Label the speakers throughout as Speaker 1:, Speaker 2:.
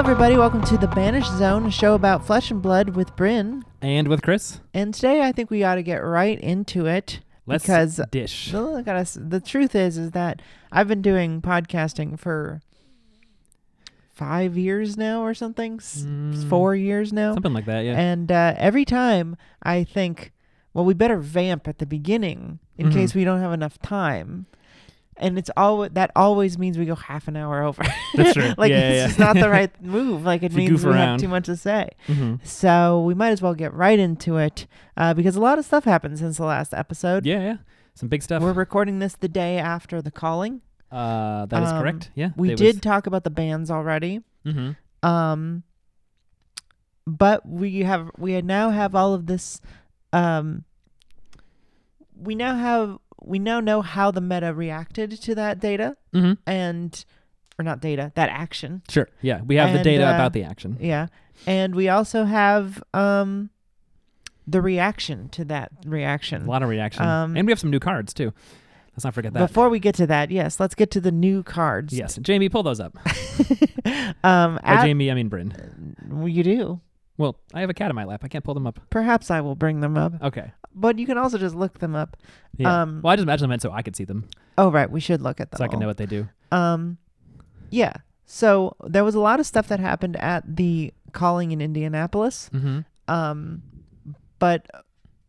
Speaker 1: everybody. Welcome to The Banished Zone, a show about flesh and blood with Bryn.
Speaker 2: And with Chris,
Speaker 1: And today I think we ought to get right into it.
Speaker 2: let's
Speaker 1: Because-
Speaker 2: dish.
Speaker 1: So look at us. The truth is, is that I've been doing podcasting for five years now or something, S-
Speaker 2: Mm,
Speaker 1: four years now.
Speaker 2: Something like that, yeah.
Speaker 1: And uh, every time I think, well, we better vamp at the beginning in
Speaker 2: Mhm.
Speaker 1: case we don't have enough time. And it's all that always means we go half an hour over.
Speaker 2: That's true.
Speaker 1: like
Speaker 2: Yeah,
Speaker 1: it's
Speaker 2: yeah.
Speaker 1: just not the right move. Like it
Speaker 2: If you
Speaker 1: means
Speaker 2: goof
Speaker 1: we
Speaker 2: around.
Speaker 1: have too much to say.
Speaker 2: Mhm.
Speaker 1: So we might as well get right into it uh, because a lot of stuff happened since the last episode.
Speaker 2: Yeah, yeah. Some big stuff.
Speaker 1: We're recording this the day after the calling.
Speaker 2: Uh, that is
Speaker 1: Um,
Speaker 2: correct. Yeah.
Speaker 1: We did talk about the bans already.
Speaker 2: hmm
Speaker 1: Um, but we have we now have all of this. Um, we now have we now know how the meta reacted to that data
Speaker 2: hmm
Speaker 1: and or not data that action.
Speaker 2: Sure. Yeah. We have the
Speaker 1: And,
Speaker 2: data
Speaker 1: uh,
Speaker 2: about the action.
Speaker 1: Yeah, and we also have um, the reaction to that
Speaker 2: A
Speaker 1: reaction.
Speaker 2: lot of reaction.
Speaker 1: um,
Speaker 2: and we have some new cards, too. Let's not forget that.
Speaker 1: Before we get to that, yes, let's get to the new cards.
Speaker 2: yes. Jamie, pull those up.
Speaker 1: Um,
Speaker 2: By
Speaker 1: at-
Speaker 2: Jamie, I mean Bryn.
Speaker 1: well, you do.
Speaker 2: Well, I have a cat in my lap. I can't pull them up.
Speaker 1: Perhaps I will bring them up,
Speaker 2: Okay.
Speaker 1: but you can also just look them up.
Speaker 2: Yeah.
Speaker 1: Um,
Speaker 2: well, I just imagine them meant so I could see them,
Speaker 1: Oh, right. We should look at them.
Speaker 2: so I can
Speaker 1: all.
Speaker 2: know what they do.
Speaker 1: Um, yeah. So there was a lot of stuff that happened at the calling in Indianapolis.
Speaker 2: hmm
Speaker 1: Um, but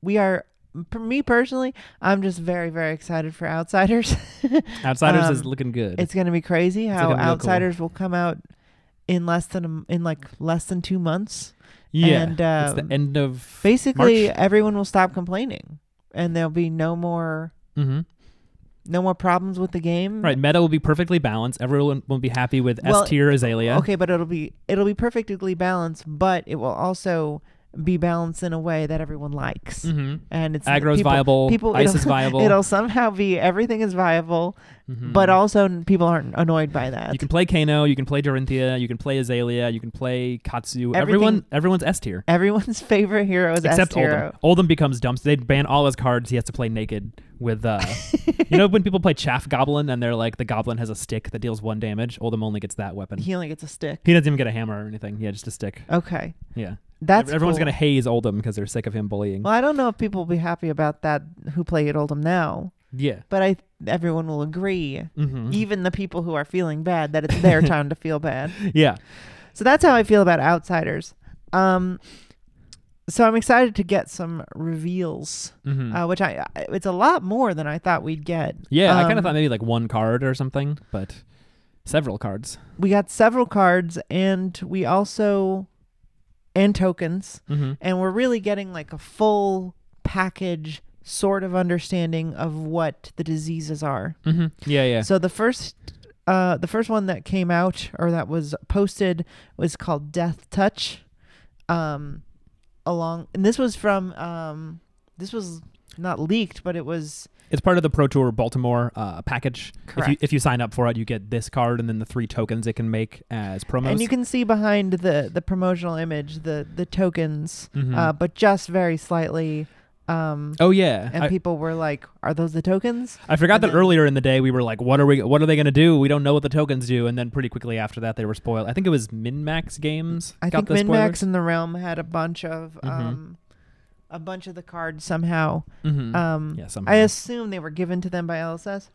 Speaker 1: we are, for me personally, I'm just very, very excited for Outsiders.
Speaker 2: Outsiders is
Speaker 1: Um,
Speaker 2: looking good.
Speaker 1: it's going to be crazy how
Speaker 2: gonna be real cool.
Speaker 1: Outsiders will come out in less than a m in like less than two months.
Speaker 2: yeah.
Speaker 1: and,
Speaker 2: it's
Speaker 1: um,
Speaker 2: the end of.
Speaker 1: Basically,
Speaker 2: March?
Speaker 1: everyone will stop complaining, and there'll be no more
Speaker 2: hmm
Speaker 1: no more problems with the game.
Speaker 2: Right, meta will be perfectly balanced. Everyone will be happy with
Speaker 1: Mm-hmm. Well,
Speaker 2: S tier Azalea.
Speaker 1: Okay, but it'll be it'll be perfectly balanced, but it will also be balanced in a way that everyone likes.
Speaker 2: hmm
Speaker 1: And it's
Speaker 2: Aggro's
Speaker 1: people-
Speaker 2: viable.
Speaker 1: people-
Speaker 2: ice
Speaker 1: it'll-
Speaker 2: is viable. Mm-hmm. Hmm.
Speaker 1: It'll somehow be everything is viable, but also n- people aren't annoyed by that.
Speaker 2: you can play Kano, you can play Dorinthia, you can play Azalea, you can play Katsu.
Speaker 1: Everything-
Speaker 2: Everyone, everyone's S tier
Speaker 1: Everyone's favorite hero is
Speaker 2: except
Speaker 1: S hero.
Speaker 2: Oldham. Oldham becomes dumb. So they ban all his cards. He has to play naked with. Uh, you know when people play Chaff Goblin and they're like the Goblin has a stick that deals one damage. Oldham only gets that weapon.
Speaker 1: He only gets a stick.
Speaker 2: He doesn't even get a hammer or anything. Yeah, just a stick.
Speaker 1: Okay,
Speaker 2: Yeah,
Speaker 1: that's
Speaker 2: everyone's
Speaker 1: cool.
Speaker 2: gonna haze Oldham because they're sick of him bullying.
Speaker 1: Well, I don't know if people will be happy about that who play at Oldham now,
Speaker 2: yeah.
Speaker 1: but I everyone will agree,
Speaker 2: hmm
Speaker 1: even the people who are feeling bad, that it's their time to feel bad.
Speaker 2: Yeah.
Speaker 1: So that's how I feel about outsiders. Um, so I'm excited to get some reveals,
Speaker 2: hmm
Speaker 1: uh, which I I- it's a lot more than I thought we'd get.
Speaker 2: Yeah, I kind
Speaker 1: Um,
Speaker 2: of thought maybe like one card or something, but several cards.
Speaker 1: we got several cards, and we also and tokens,
Speaker 2: Mm-hmm.
Speaker 1: and we're really getting like a full package sort of understanding of what the diseases are.
Speaker 2: Mm-hmm. Yeah, yeah.
Speaker 1: So the first. Uh, the first one that came out or that was posted was called Death Touch. Um, along, and this was from um, this was not leaked, but it was
Speaker 2: It's part of the Pro Tour Baltimore uh, package. If you,
Speaker 1: Correct.
Speaker 2: if you sign up for it, you get this card and then the three tokens it can make as promos.
Speaker 1: and you can see behind the the promotional image the the tokens,
Speaker 2: Mhm.
Speaker 1: uh, but just very slightly. Um,
Speaker 2: oh yeah,
Speaker 1: and
Speaker 2: I,
Speaker 1: people were like, "Are those the tokens?"
Speaker 2: I forgot
Speaker 1: and
Speaker 2: that
Speaker 1: then-
Speaker 2: earlier in the day we were like, what are we? What are they going to do? We don't know what the tokens do. And then pretty quickly after that, they were spoiled. I think it was MinMax Games.
Speaker 1: I think
Speaker 2: got the
Speaker 1: Minmax and the Realm had a bunch of
Speaker 2: Mhm.
Speaker 1: um, a bunch of the cards somehow.
Speaker 2: hmm
Speaker 1: Um,
Speaker 2: yeah, somehow.
Speaker 1: I assume they were given to them by LSS.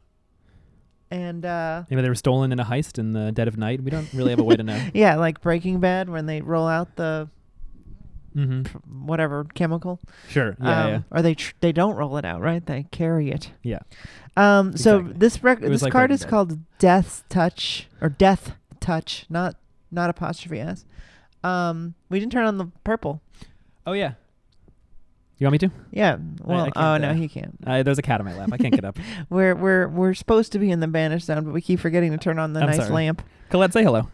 Speaker 1: And uh,
Speaker 2: maybe they were stolen in a heist in the dead of night. We don't really have a way to know.
Speaker 1: yeah, like Breaking Bad when they roll out the
Speaker 2: hmm
Speaker 1: p- whatever chemical.
Speaker 2: Sure. Yeah,
Speaker 1: um,
Speaker 2: yeah.
Speaker 1: Or they tr- they don't roll it out, right? They carry it.
Speaker 2: Yeah.
Speaker 1: Um. So
Speaker 2: Exactly.
Speaker 1: this rec-
Speaker 2: It was
Speaker 1: this
Speaker 2: like
Speaker 1: card
Speaker 2: Breaking
Speaker 1: is
Speaker 2: Bad.
Speaker 1: called Death Touch or Death Touch, not not apostrophe s. Um. We didn't turn on the purple.
Speaker 2: Oh yeah. You want me to?
Speaker 1: Yeah. Well.
Speaker 2: I can't,
Speaker 1: oh no,
Speaker 2: uh,
Speaker 1: he can't.
Speaker 2: Uh, there's a cat in my lap. I can't get up.
Speaker 1: We're we're we're supposed to be in the banished zone, but we keep forgetting to turn on the
Speaker 2: I'm
Speaker 1: nice
Speaker 2: sorry.
Speaker 1: lamp.
Speaker 2: Colette, say hello.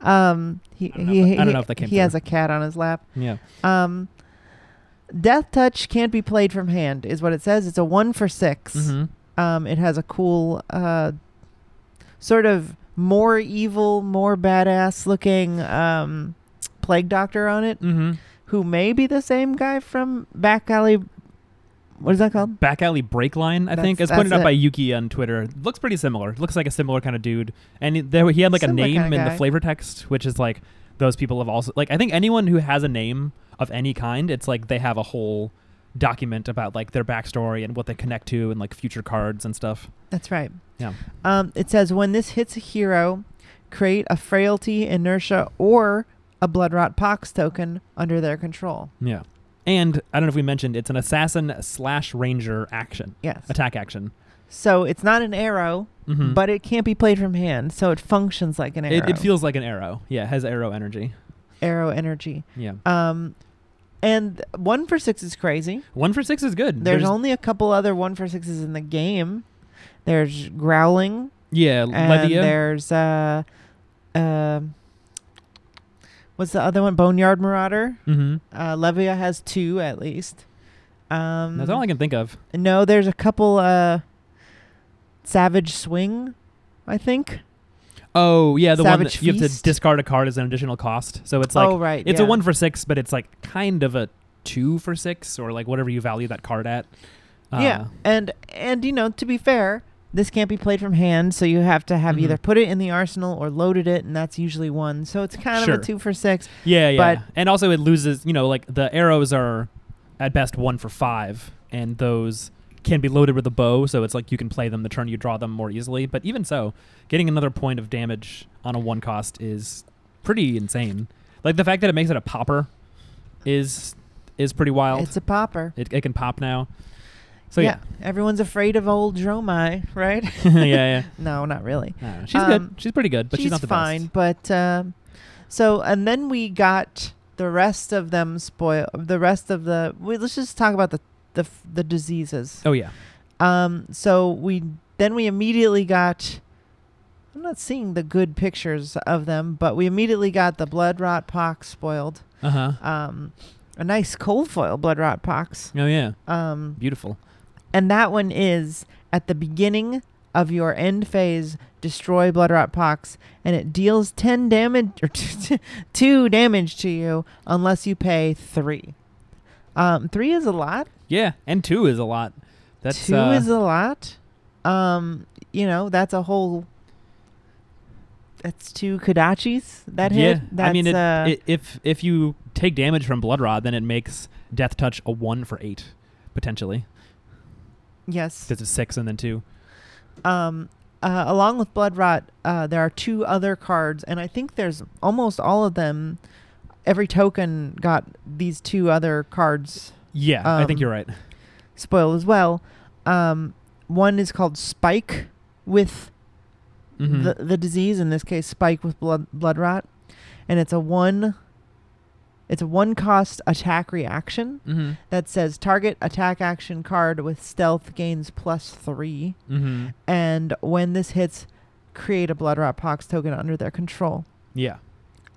Speaker 1: Um, he,
Speaker 2: I don't know
Speaker 1: he,
Speaker 2: if that- I don't
Speaker 1: he-
Speaker 2: know if that came
Speaker 1: he has
Speaker 2: through.
Speaker 1: a cat on his lap.
Speaker 2: Yeah.
Speaker 1: Um, Death Touch can't be played from hand, is what it says. It's a one for 6
Speaker 2: Mm-hmm.
Speaker 1: Um, it has a cool, uh, sort of more evil, more badass looking um, plague doctor on it,
Speaker 2: Mm-hmm.
Speaker 1: who may be the same guy from Back Alley What is that called?
Speaker 2: Back alley break line, I think, as
Speaker 1: That's-
Speaker 2: pointed
Speaker 1: that's
Speaker 2: out by
Speaker 1: it.
Speaker 2: Yuki on Twitter. Looks pretty similar. Looks like a similar kind of dude. And he- there he had like
Speaker 1: Similar
Speaker 2: a name
Speaker 1: kinda
Speaker 2: in
Speaker 1: guy.
Speaker 2: the flavor text, which is like those people have also like I think anyone who has a name of any kind, it's like they have a whole document about like their backstory and what they connect to and like future cards and stuff.
Speaker 1: That's right.
Speaker 2: Yeah.
Speaker 1: Um, it says when this hits a hero, create a frailty, inertia, or a blood rot pox token under their control.
Speaker 2: Yeah. And I don't know if we mentioned it's an assassin slash ranger action.
Speaker 1: Yes.
Speaker 2: Attack action.
Speaker 1: So it's not an arrow,
Speaker 2: Mhm.
Speaker 1: but it can't be played from hand, so it functions like an arrow.
Speaker 2: it, it feels like an arrow. Yeah, it has arrow energy.
Speaker 1: arrow energy.
Speaker 2: Yeah.
Speaker 1: Um, and one for six is crazy.
Speaker 2: One for six is good.
Speaker 1: There's, only a couple other one for sixes in the game. There's growling,
Speaker 2: Yeah,
Speaker 1: and
Speaker 2: Levia.
Speaker 1: there's uh, uh, what's the other one? Boneyard Marauder.
Speaker 2: Mm-hmm.
Speaker 1: Uh, Levia has two at least. Um,
Speaker 2: That's all I can think of.
Speaker 1: no, there's a couple. Uh, Savage Swing, I think.
Speaker 2: Oh yeah, the one
Speaker 1: Savage
Speaker 2: that you have to
Speaker 1: Feast?
Speaker 2: discard a card as an additional cost. So it's like
Speaker 1: oh right,
Speaker 2: it's a
Speaker 1: yeah.
Speaker 2: one for six, but it's like kind of a two for six or like whatever you value that card at. Uh,
Speaker 1: yeah, and and you know to be fair, this can't be played from hand, so you have to have
Speaker 2: Mhm.
Speaker 1: either put it in the arsenal or loaded it, and that's usually one. So it's kind
Speaker 2: Sure.
Speaker 1: of a two for six.
Speaker 2: yeah, yeah.
Speaker 1: But-
Speaker 2: and also it loses. You know, like the arrows are at best one for five, and those can be loaded with a bow. So it's like you can play them the turn you draw them more easily. But even so, getting another point of damage on a one cost is pretty insane. Like the fact that it makes it a popper is is pretty wild.
Speaker 1: It's a popper.
Speaker 2: It, it can pop now. So yeah,
Speaker 1: everyone's afraid of old Dromai, right?
Speaker 2: yeah, yeah.
Speaker 1: no, not really.
Speaker 2: I don't know. She's
Speaker 1: Um,
Speaker 2: good. She's pretty good, but she's, not the
Speaker 1: fine,
Speaker 2: best.
Speaker 1: but um, so and then we got the rest of them spoil the rest of the. Wait, let's just talk about the the f- the diseases.
Speaker 2: Oh yeah,
Speaker 1: Um, so we then we immediately got. I'm not seeing the good pictures of them, but we immediately got the blood rot pox spoiled.
Speaker 2: uh huh.
Speaker 1: Um, a nice cold foil blood rot pox.
Speaker 2: Oh yeah,
Speaker 1: Um,
Speaker 2: beautiful.
Speaker 1: and that one is at the beginning of your end phase. Destroy blood rot pox, and it deals ten damage or two damage to you unless you pay three. Um, three is a lot.
Speaker 2: Yeah, and two is a lot. That's
Speaker 1: two
Speaker 2: uh,
Speaker 1: is a lot. Um, you know, that's a whole. That's two Kadachis that
Speaker 2: yeah.
Speaker 1: hit. That's,
Speaker 2: I mean, it,
Speaker 1: uh,
Speaker 2: it, if if you take damage from blood rod, then it makes death touch a one for eight potentially
Speaker 1: yes.
Speaker 2: because it's six and then two.
Speaker 1: Um, uh, along with Blood Rot, uh, there are two other cards, and I think there's almost all of them. Every token got these two other cards
Speaker 2: Yeah, I think
Speaker 1: Um,
Speaker 2: you're right.
Speaker 1: spoiled as well. Um, one is called Spike with
Speaker 2: Mhm.
Speaker 1: the, the disease in this case spike with blood blood rot and it's a one it's a one cost attack reaction
Speaker 2: Mhm.
Speaker 1: that says target attack action card with stealth gains plus three
Speaker 2: Mhm.
Speaker 1: and when this hits create a blood rot pox token under their control
Speaker 2: Yeah.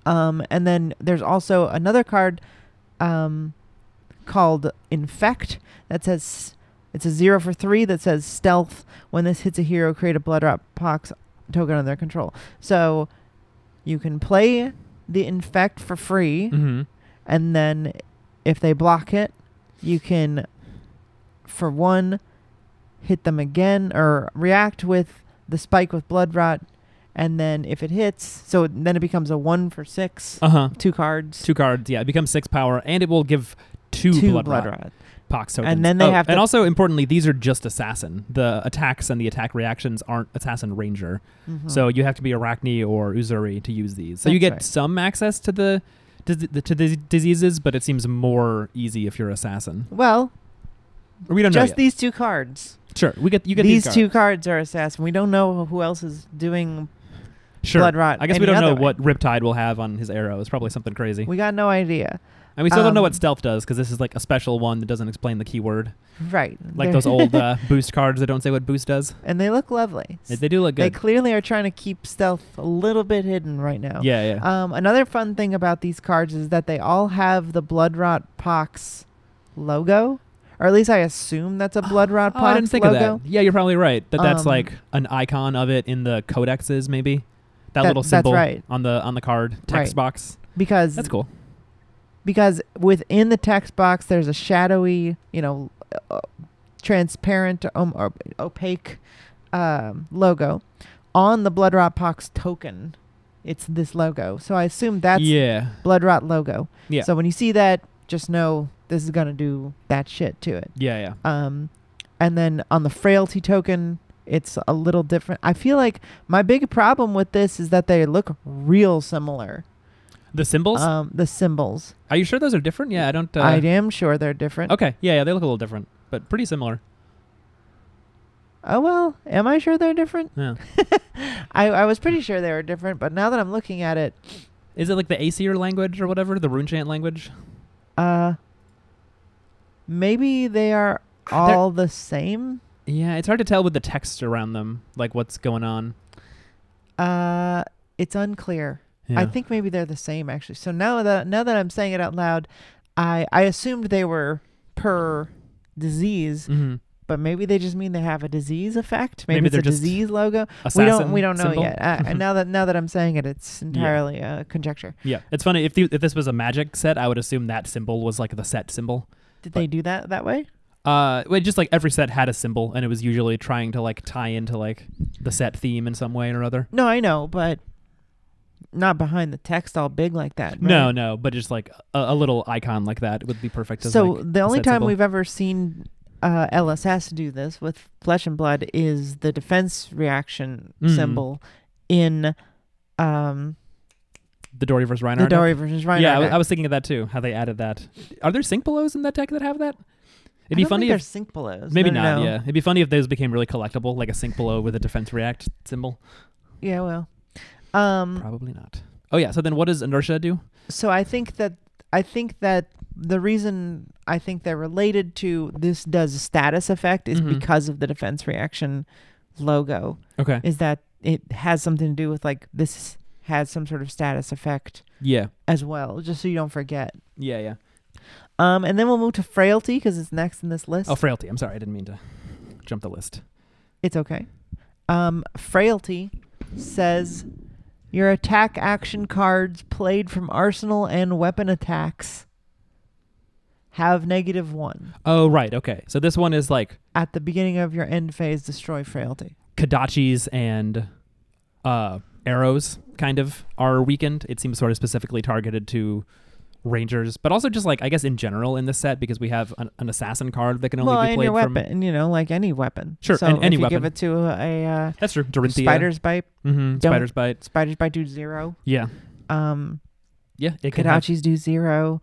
Speaker 1: um, and then there's also another card um, called Infect that says it's a zero for three that says stealth. When this hits a hero, create a blood rot pox token under their control. So you can play the Infect for free,
Speaker 2: Mhm.
Speaker 1: and then if they block it, you can, for one, hit them again or react with the spike with blood rot. And then if it hits, so then it becomes a one for six
Speaker 2: Uh huh.
Speaker 1: two cards,
Speaker 2: Two cards. Yeah, it becomes six power, and it will give two, blood, rod.
Speaker 1: rot.
Speaker 2: pox tokens. Oh,
Speaker 1: then they have
Speaker 2: and
Speaker 1: to-
Speaker 2: also importantly, these are just assassin. The attacks and the attack reactions aren't assassin ranger.
Speaker 1: Mhm.
Speaker 2: So you have to be Arachne or Uzuri to use these. So you
Speaker 1: That's
Speaker 2: get
Speaker 1: right.
Speaker 2: some access to the, to the to the diseases, but it seems more easy if you're assassin.
Speaker 1: well,
Speaker 2: Or We don't know
Speaker 1: just
Speaker 2: yet.
Speaker 1: these two cards.
Speaker 2: sure, we get you get
Speaker 1: these
Speaker 2: these,
Speaker 1: two cards are assassin. We don't know who else is doing.
Speaker 2: cards. Sure.
Speaker 1: blood rot
Speaker 2: I guess we
Speaker 1: any
Speaker 2: don't know
Speaker 1: other way.
Speaker 2: what Riptide will have on his arrow. It's probably something crazy,
Speaker 1: We got no idea.
Speaker 2: and we still don't know
Speaker 1: um,
Speaker 2: what stealth does because this is like a special one that doesn't explain the keyword,
Speaker 1: Right.
Speaker 2: like
Speaker 1: They're-
Speaker 2: those old uh, boost cards that don't say what boost does.
Speaker 1: and they look lovely.
Speaker 2: They- They do look
Speaker 1: They
Speaker 2: good.
Speaker 1: clearly are trying to keep stealth a little bit hidden right now.
Speaker 2: yeah, yeah.
Speaker 1: Um, another fun thing about these cards is that they all have the blood rot pox logo, or at least I assume that's a blood rot
Speaker 2: Oh,
Speaker 1: pox
Speaker 2: I didn't think
Speaker 1: logo.
Speaker 2: of that. Yeah, you're probably right. That that's
Speaker 1: Um,
Speaker 2: like an icon of it in the codexes, maybe. That,
Speaker 1: That-
Speaker 2: little
Speaker 1: that's
Speaker 2: symbol
Speaker 1: right.
Speaker 2: on the on the card text
Speaker 1: Right.
Speaker 2: box.
Speaker 1: because
Speaker 2: That's cool.
Speaker 1: because within the text box there's a shadowy you know uh, transparent, um, or opaque um, logo on the Blood Rot Pox token. It's this logo, so I assume that's
Speaker 2: yeah.
Speaker 1: Blood Rot logo.
Speaker 2: Yeah.
Speaker 1: So when you see that, just know this is gonna do that shit to it.
Speaker 2: Yeah, yeah.
Speaker 1: Um, and then on the frailty token, it's a little different. I feel like my big problem with this is that they look real similar.
Speaker 2: The symbols?
Speaker 1: Um, the symbols.
Speaker 2: Are you sure those are different? Yeah, I don't. Uh,
Speaker 1: I am sure they're different.
Speaker 2: Okay, yeah, yeah, they look a little different, but pretty similar.
Speaker 1: Oh well, am I sure they're different?
Speaker 2: Yeah.
Speaker 1: I, I was pretty sure they were different, but now that I'm looking at it,
Speaker 2: Is it like the Aesir language or whatever, the Runechant language?
Speaker 1: uh, maybe they are all the same.
Speaker 2: Yeah, it's hard to tell with the text around them, like what's going on.
Speaker 1: Uh, it's unclear.
Speaker 2: Yeah.
Speaker 1: I think maybe they're the same actually. So now that now that I'm saying it out loud, I I assumed they were per disease,
Speaker 2: hmm
Speaker 1: but maybe they just mean they have a disease effect. Maybe,
Speaker 2: Maybe
Speaker 1: it's a
Speaker 2: they're just
Speaker 1: disease logo. we
Speaker 2: Assassin
Speaker 1: don't we don't know
Speaker 2: symbol?
Speaker 1: yet. Uh, and now that now that I'm saying it, it's entirely uh, conjecture.
Speaker 2: Yeah, it's funny. If, the, if this was a magic set, I would assume that symbol was like the set symbol.
Speaker 1: Did
Speaker 2: But-
Speaker 1: they do that that way?
Speaker 2: Uh, well, just like every set had a symbol, and it was usually trying to like tie into like the set theme in some way or other.
Speaker 1: No, I know, but not behind the text all big like that. Right?
Speaker 2: No, no, but just like a, a little icon like that would be perfect. As,
Speaker 1: So
Speaker 2: like,
Speaker 1: the
Speaker 2: a
Speaker 1: only
Speaker 2: set
Speaker 1: time
Speaker 2: symbol.
Speaker 1: we've ever seen uh, LSS do this with flesh and blood is the defense reaction
Speaker 2: Mm.
Speaker 1: symbol in um,
Speaker 2: the Dory versus Reinhardt.
Speaker 1: the Dory versus Reinhardt.
Speaker 2: yeah, I, w-
Speaker 1: deck.
Speaker 2: I was thinking of that too. How they added that. Are there sync belows in that deck that have that?
Speaker 1: I
Speaker 2: It'd be
Speaker 1: don't
Speaker 2: funny
Speaker 1: Think
Speaker 2: if
Speaker 1: there's sync belows.
Speaker 2: maybe
Speaker 1: No, no,
Speaker 2: not.
Speaker 1: no.
Speaker 2: Yeah, it'd be funny if those became really collectible, like a sync below with a defense react symbol.
Speaker 1: Yeah. Well. Um.
Speaker 2: Probably not. Oh yeah. So then, what does inertia do?
Speaker 1: So I think that I think that the reason I think they're related to this does a status effect is
Speaker 2: Mhm.
Speaker 1: because of the defense reaction logo.
Speaker 2: Okay.
Speaker 1: Is that it has something to do with like this has some sort of status effect
Speaker 2: Yeah.
Speaker 1: as well, just so you don't forget.
Speaker 2: Yeah. Yeah.
Speaker 1: Um, and then we'll move to frailty because it's next in this list.
Speaker 2: Oh, frailty. I'm sorry. I didn't mean to jump the list.
Speaker 1: It's okay. Um, frailty says your attack action cards played from arsenal and weapon attacks have negative one.
Speaker 2: Oh right. Okay. So this one is like
Speaker 1: At the beginning of your end phase, destroy frailty.
Speaker 2: Kadachis and uh, arrows kind of are weakened. It seems sort of specifically targeted to rangers, but also just like I guess in general in this set because we have an, an assassin card that can only
Speaker 1: well,
Speaker 2: be
Speaker 1: and
Speaker 2: played
Speaker 1: your
Speaker 2: from.
Speaker 1: weapon, and you know, like any weapon.
Speaker 2: Sure,
Speaker 1: So
Speaker 2: and any
Speaker 1: if you give
Speaker 2: weapon.
Speaker 1: it to a, uh,
Speaker 2: That's true. Dorinthia.
Speaker 1: spider's bite,
Speaker 2: hmm
Speaker 1: Don't-
Speaker 2: Spider's bite.
Speaker 1: spiders bite do zero.
Speaker 2: Yeah.
Speaker 1: Um,
Speaker 2: Yeah. It can have-
Speaker 1: Kadachis do zero.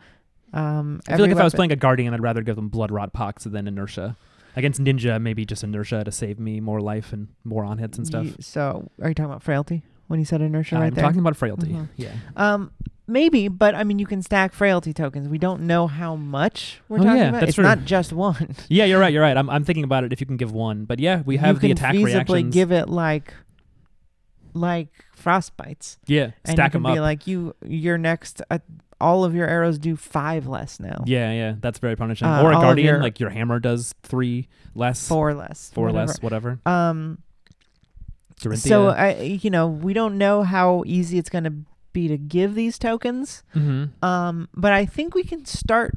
Speaker 1: Um,
Speaker 2: I feel
Speaker 1: every
Speaker 2: like if I was
Speaker 1: weapon-
Speaker 2: playing a guardian, I'd rather give them blood rot pox than inertia. Against ninja, maybe just inertia to save me more life and more on hits and stuff.
Speaker 1: Ye- so, are you talking about frailty when you said inertia right
Speaker 2: I'm
Speaker 1: there?
Speaker 2: talking about frailty.
Speaker 1: Mhm.
Speaker 2: Yeah.
Speaker 1: um, maybe, but I mean, you can stack frailty tokens. We don't know how much we're
Speaker 2: Oh,
Speaker 1: talking
Speaker 2: yeah,
Speaker 1: about.
Speaker 2: that's
Speaker 1: it's
Speaker 2: true.
Speaker 1: not just one.
Speaker 2: Yeah, you're right. You're right. I'm, I'm thinking about it. If you can give one, but yeah, we have
Speaker 1: you
Speaker 2: the
Speaker 1: can
Speaker 2: attack
Speaker 1: feasibly
Speaker 2: reactions.
Speaker 1: give it like, like frostbites,
Speaker 2: yeah,
Speaker 1: and
Speaker 2: stack
Speaker 1: you can
Speaker 2: them up.
Speaker 1: be like, you your next uh, all of your arrows do five less now,
Speaker 2: Yeah, yeah, that's very punishing.
Speaker 1: oh. Uh,
Speaker 2: or a
Speaker 1: all of
Speaker 2: guardian,
Speaker 1: your-
Speaker 2: like your hammer does three less, four,
Speaker 1: four less, whatever.
Speaker 2: less, whatever.
Speaker 1: Um,
Speaker 2: Dorinthia.
Speaker 1: so uh, I, you know, we don't know how easy it's going to be to give these tokens.
Speaker 2: Mhm.
Speaker 1: Um, but I think we can start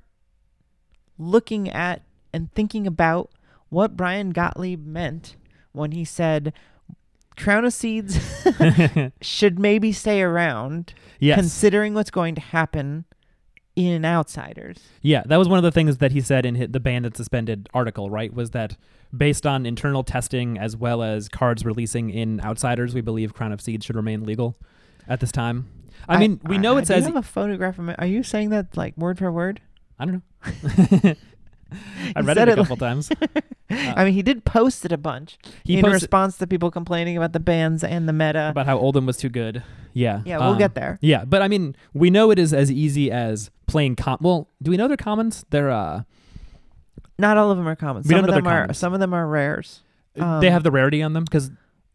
Speaker 1: looking at and thinking about what Brian Gottlieb meant when he said crown of seeds should maybe stay around
Speaker 2: yes,
Speaker 1: considering what's going to happen in outsiders.
Speaker 2: yeah, that was one of the things that he said in hi- the banned and suspended article. Right, was that based on internal testing as well as cards releasing in outsiders, we believe Crown of Seeds should remain legal at this time. I, mean, we know it
Speaker 1: do you
Speaker 2: says
Speaker 1: have a photograph of it. Are you saying that like word for word?
Speaker 2: I don't know. I
Speaker 1: You
Speaker 2: read
Speaker 1: said
Speaker 2: it a
Speaker 1: it like-
Speaker 2: couple times.
Speaker 1: I mean, he did post it a bunch
Speaker 2: Uh, He
Speaker 1: in
Speaker 2: posted
Speaker 1: response to people complaining about the bans and the meta.
Speaker 2: about how Oldham was too good. Yeah,
Speaker 1: yeah, we'll
Speaker 2: um,
Speaker 1: get there.
Speaker 2: Yeah, but I mean, we know it is as easy as playing com. Well, do we know they're commons? They're uh,
Speaker 1: Not all of them are common.
Speaker 2: We
Speaker 1: Some
Speaker 2: don't
Speaker 1: of
Speaker 2: know they're
Speaker 1: them are
Speaker 2: commons.
Speaker 1: some of them are rares. Um,
Speaker 2: they have the rarity on them because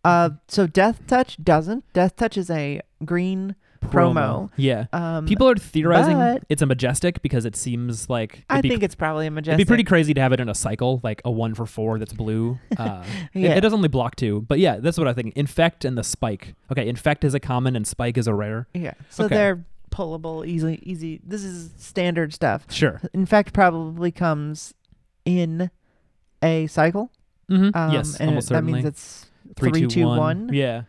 Speaker 1: Uh,
Speaker 2: Mm-hmm.
Speaker 1: so Death Touch doesn't. Death Touch is a green. promo.
Speaker 2: Yeah,
Speaker 1: Um,
Speaker 2: people are theorizing
Speaker 1: but-
Speaker 2: it's a majestic because it seems like it'd
Speaker 1: I
Speaker 2: be,
Speaker 1: think it's probably a
Speaker 2: it'd
Speaker 1: majestic.
Speaker 2: be pretty crazy to have it in a cycle, like a one for four that's blue. Uh, it-
Speaker 1: Yeah.
Speaker 2: it, does only block two, but yeah, that's what I think. Infect and the spike. Okay, infect is a common and spike is a rare.
Speaker 1: yeah. So
Speaker 2: Okay.
Speaker 1: they're pullable, easily, easy. This is standard stuff.
Speaker 2: Sure.
Speaker 1: In fact, probably comes in a cycle.
Speaker 2: Mm-hmm.
Speaker 1: Um,
Speaker 2: yes,
Speaker 1: and
Speaker 2: almost
Speaker 1: it- that
Speaker 2: certainly.
Speaker 1: means it's
Speaker 2: Three, two, one.
Speaker 1: one.
Speaker 2: Yeah.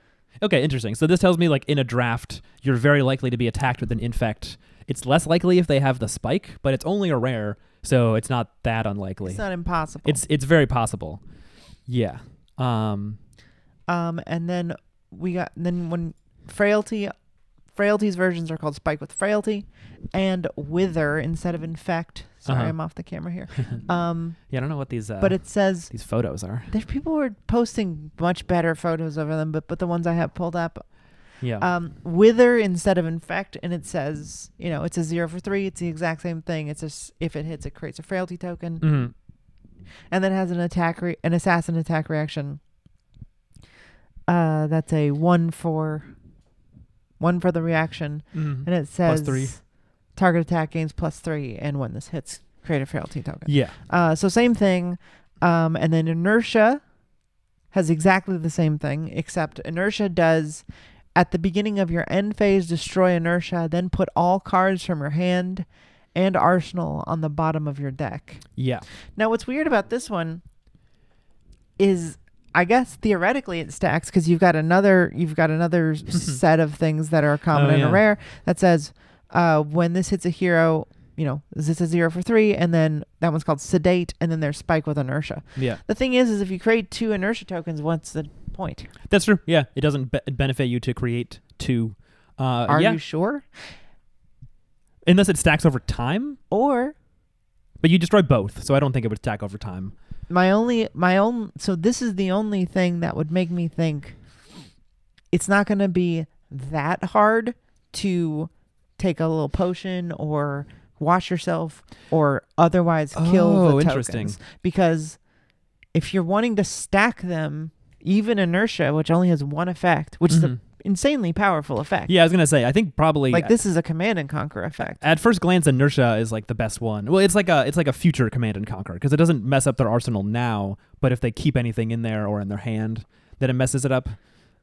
Speaker 2: Okay, interesting. So this tells me, like, in a draft, you're very likely to be attacked with an infect. It's less likely if they have the spike, but it's only a rare, so it's not that unlikely.
Speaker 1: It's not impossible.
Speaker 2: It's it's very possible. Yeah. Um.
Speaker 1: um, and then we got then when frailty, frailty's versions are called spike with frailty, and wither instead of infect. Sorry,
Speaker 2: Uh-huh.
Speaker 1: I'm off the camera here. Um,
Speaker 2: Yeah, I don't know what these uh,
Speaker 1: but it says
Speaker 2: these photos are.
Speaker 1: there's people who are posting much better photos over them, but but the ones I have pulled up
Speaker 2: Yeah.
Speaker 1: um, wither instead of infect, and it says, you know, it's a zero for three. It's the exact same thing. It's just if it hits, it creates a frailty token,
Speaker 2: hmm
Speaker 1: and then has an attack, re- an assassin attack reaction. Uh, that's a one for, one for the reaction,
Speaker 2: Mm-hmm.
Speaker 1: and it says
Speaker 2: Plus three.
Speaker 1: Target attack gains plus three, and when this hits, create a frailty token.
Speaker 2: Yeah.
Speaker 1: Uh, so same thing, um, and then inertia has exactly the same thing, except inertia does at the beginning of your end phase destroy inertia, then put all cards from your hand and arsenal on the bottom of your deck.
Speaker 2: Yeah.
Speaker 1: Now, what's weird about this one is, I guess theoretically it stacks because you've got another you've got another set of things that are a common
Speaker 2: Oh,
Speaker 1: and a
Speaker 2: yeah.
Speaker 1: rare that says uh, when this hits a hero, you know, this is a zero for three, and then that one's called sedate, and then there's spike with inertia.
Speaker 2: Yeah.
Speaker 1: The thing is, is if you create two inertia tokens, what's the point?
Speaker 2: That's true. Yeah. It doesn't be- benefit you to create two. Uh,
Speaker 1: Are
Speaker 2: yeah.
Speaker 1: you sure?
Speaker 2: Unless it stacks over time,
Speaker 1: Or
Speaker 2: but you destroy both, so I don't think it would stack over time.
Speaker 1: my only my own so this is the only thing that would make me think it's not going to be that hard to take a little potion or wash yourself or otherwise kill the
Speaker 2: Oh,
Speaker 1: tokens
Speaker 2: interesting.
Speaker 1: because if you're wanting to stack them even inertia which only has one effect which is
Speaker 2: Mhm.
Speaker 1: an insanely powerful effect
Speaker 2: Yeah, I was gonna say. I think probably
Speaker 1: like this is a command and conquer effect
Speaker 2: At first glance, inertia is like the best one. Well, it's like a it's like a future command and conquer because it doesn't mess up their arsenal now. But if they keep anything in there or in their hand, then it messes it up.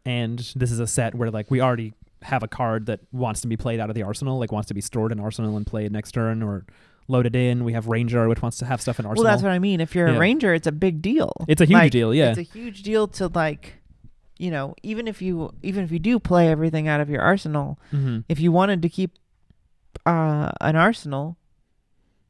Speaker 2: And this is a set where like we already have a card that wants to be played out of the arsenal, like wants to be stored in arsenal and played next turn or loaded in. We have ranger, which wants to have stuff in arsenal.
Speaker 1: well that's what i mean if you're a
Speaker 2: Yeah.
Speaker 1: ranger it's a big deal
Speaker 2: it's a huge
Speaker 1: Like,
Speaker 2: deal, yeah.
Speaker 1: it's a huge deal to like you know even if you even if you do play everything out of your arsenal
Speaker 2: mm-hmm.
Speaker 1: if you wanted to keep uh an arsenal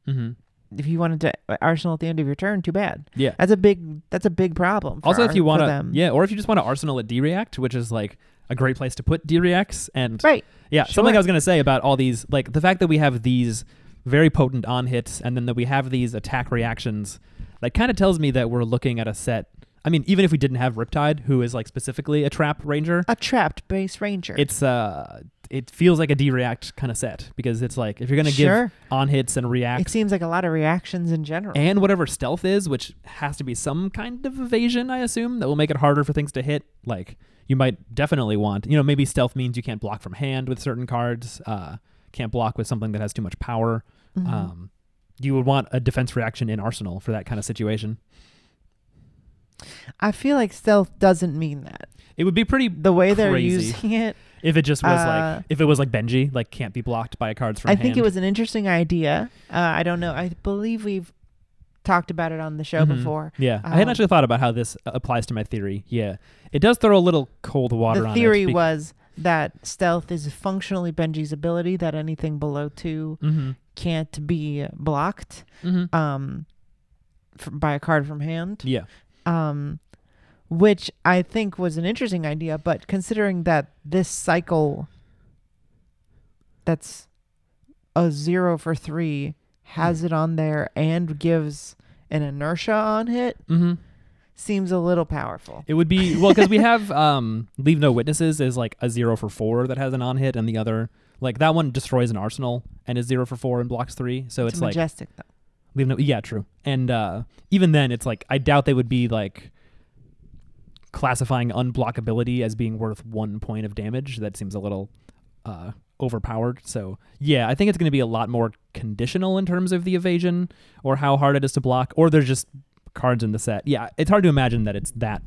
Speaker 2: Mm-hmm.
Speaker 1: if you wanted to uh, arsenal at the end of your turn too bad
Speaker 2: Yeah.
Speaker 1: that's a big that's a big problem for
Speaker 2: Also, if
Speaker 1: our-
Speaker 2: you
Speaker 1: for
Speaker 2: want to,
Speaker 1: them.
Speaker 2: yeah, or if you just want to arsenal at Dreact, which is like a great place to put Dreacts, and
Speaker 1: Right.
Speaker 2: yeah, something
Speaker 1: Sure.
Speaker 2: I was gonna say about all these, like the fact that we have these very potent on hits, and then that we have these attack reactions, like kind of tells me that we're looking at a set. I mean, even if we didn't have Riptide, who is like specifically a trap ranger,
Speaker 1: a trapped base ranger
Speaker 2: it's uh, it feels like a Dreact kind of set because it's like if you're gonna
Speaker 1: sure
Speaker 2: give on hits and
Speaker 1: it
Speaker 2: reacts
Speaker 1: seems like a lot of reactions in general
Speaker 2: and whatever stealth is, which has to be some kind of evasion, I assume, that will make it harder for things to hit. Like you might definitely want, you know, maybe stealth means you can't block from hand with certain cards, uh, can't block with something that has too much power.
Speaker 1: Mhm.
Speaker 2: Um, you would want a defense reaction in arsenal for that kind of situation.
Speaker 1: i feel like stealth doesn't mean that
Speaker 2: It would be pretty
Speaker 1: the way they're
Speaker 2: Crazy.
Speaker 1: using it
Speaker 2: if it just was
Speaker 1: Uh,
Speaker 2: like if it was like Benji, like can't be blocked by a cards from
Speaker 1: I
Speaker 2: hand.
Speaker 1: think it was an interesting idea. Uh, I don't know. I believe we've talked about it on the show
Speaker 2: Mhm.
Speaker 1: before.
Speaker 2: Yeah, I hadn't
Speaker 1: Um,
Speaker 2: actually thought about how this uh, applies to my theory. Yeah, it does throw a little cold water
Speaker 1: The
Speaker 2: on
Speaker 1: theory
Speaker 2: it. bec-
Speaker 1: was that stealth is functionally Benji's ability that anything below two
Speaker 2: Mhm.
Speaker 1: can't be blocked
Speaker 2: Mhm.
Speaker 1: um, f- by a card from hand,
Speaker 2: yeah,
Speaker 1: um, which I think was an interesting idea. But considering that this cycle that's a zero for three has
Speaker 2: Hmm.
Speaker 1: it on there and gives an inertia on hit
Speaker 2: mm-hmm.
Speaker 1: seems a little powerful.
Speaker 2: It would be well because we have um, leave no witnesses is like a zero for four that has an on hit, and the other like that one destroys an arsenal and is zero for four and blocks three. So
Speaker 1: It's,
Speaker 2: it's, like
Speaker 1: majestic though.
Speaker 2: leave no yeah true. And uh, even then, it's like I doubt they would be like classifying unblockability as being worth one point of damage. That seems a little uh, overpowered. So yeah, I think it's going to be a lot more conditional in terms of the evasion or how hard it is to block, or there's just cards in the set. Yeah, it's hard to imagine that it's that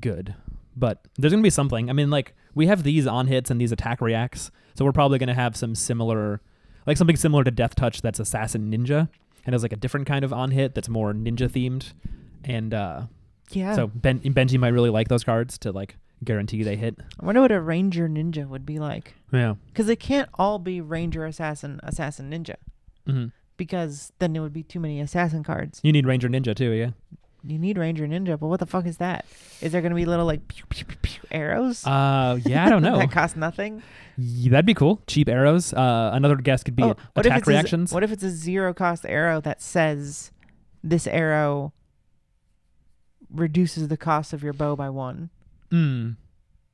Speaker 2: good, but there's going to be something. I mean, like we have these on hits and these attack reacts, so we're probably going to have some similar, like something similar to Death Touch that's Assassin Ninja, and has like a different kind of on hit that's more ninja themed. and uh,
Speaker 1: Yeah.
Speaker 2: so ben- Benji might really like those cards to like guarantee they hit.
Speaker 1: I wonder what a ranger ninja would be like.
Speaker 2: Yeah.
Speaker 1: Because they can't all be ranger assassin assassin ninja
Speaker 2: hmm
Speaker 1: because then it would be too many assassin cards.
Speaker 2: You need Ranger Ninja too, yeah.
Speaker 1: You need ranger ninja, but what the fuck is that? Is there gonna be little like pew pew pew, pew arrows?
Speaker 2: Uh, yeah, I don't know.
Speaker 1: that cost nothing.
Speaker 2: Yeah, that'd be cool. Cheap arrows. Uh, another guess could be
Speaker 1: Oh, what if
Speaker 2: attack
Speaker 1: it's a z-
Speaker 2: reactions.
Speaker 1: what if it's a zero cost arrow that says this arrow reduces the cost of your bow by one?
Speaker 2: Mm.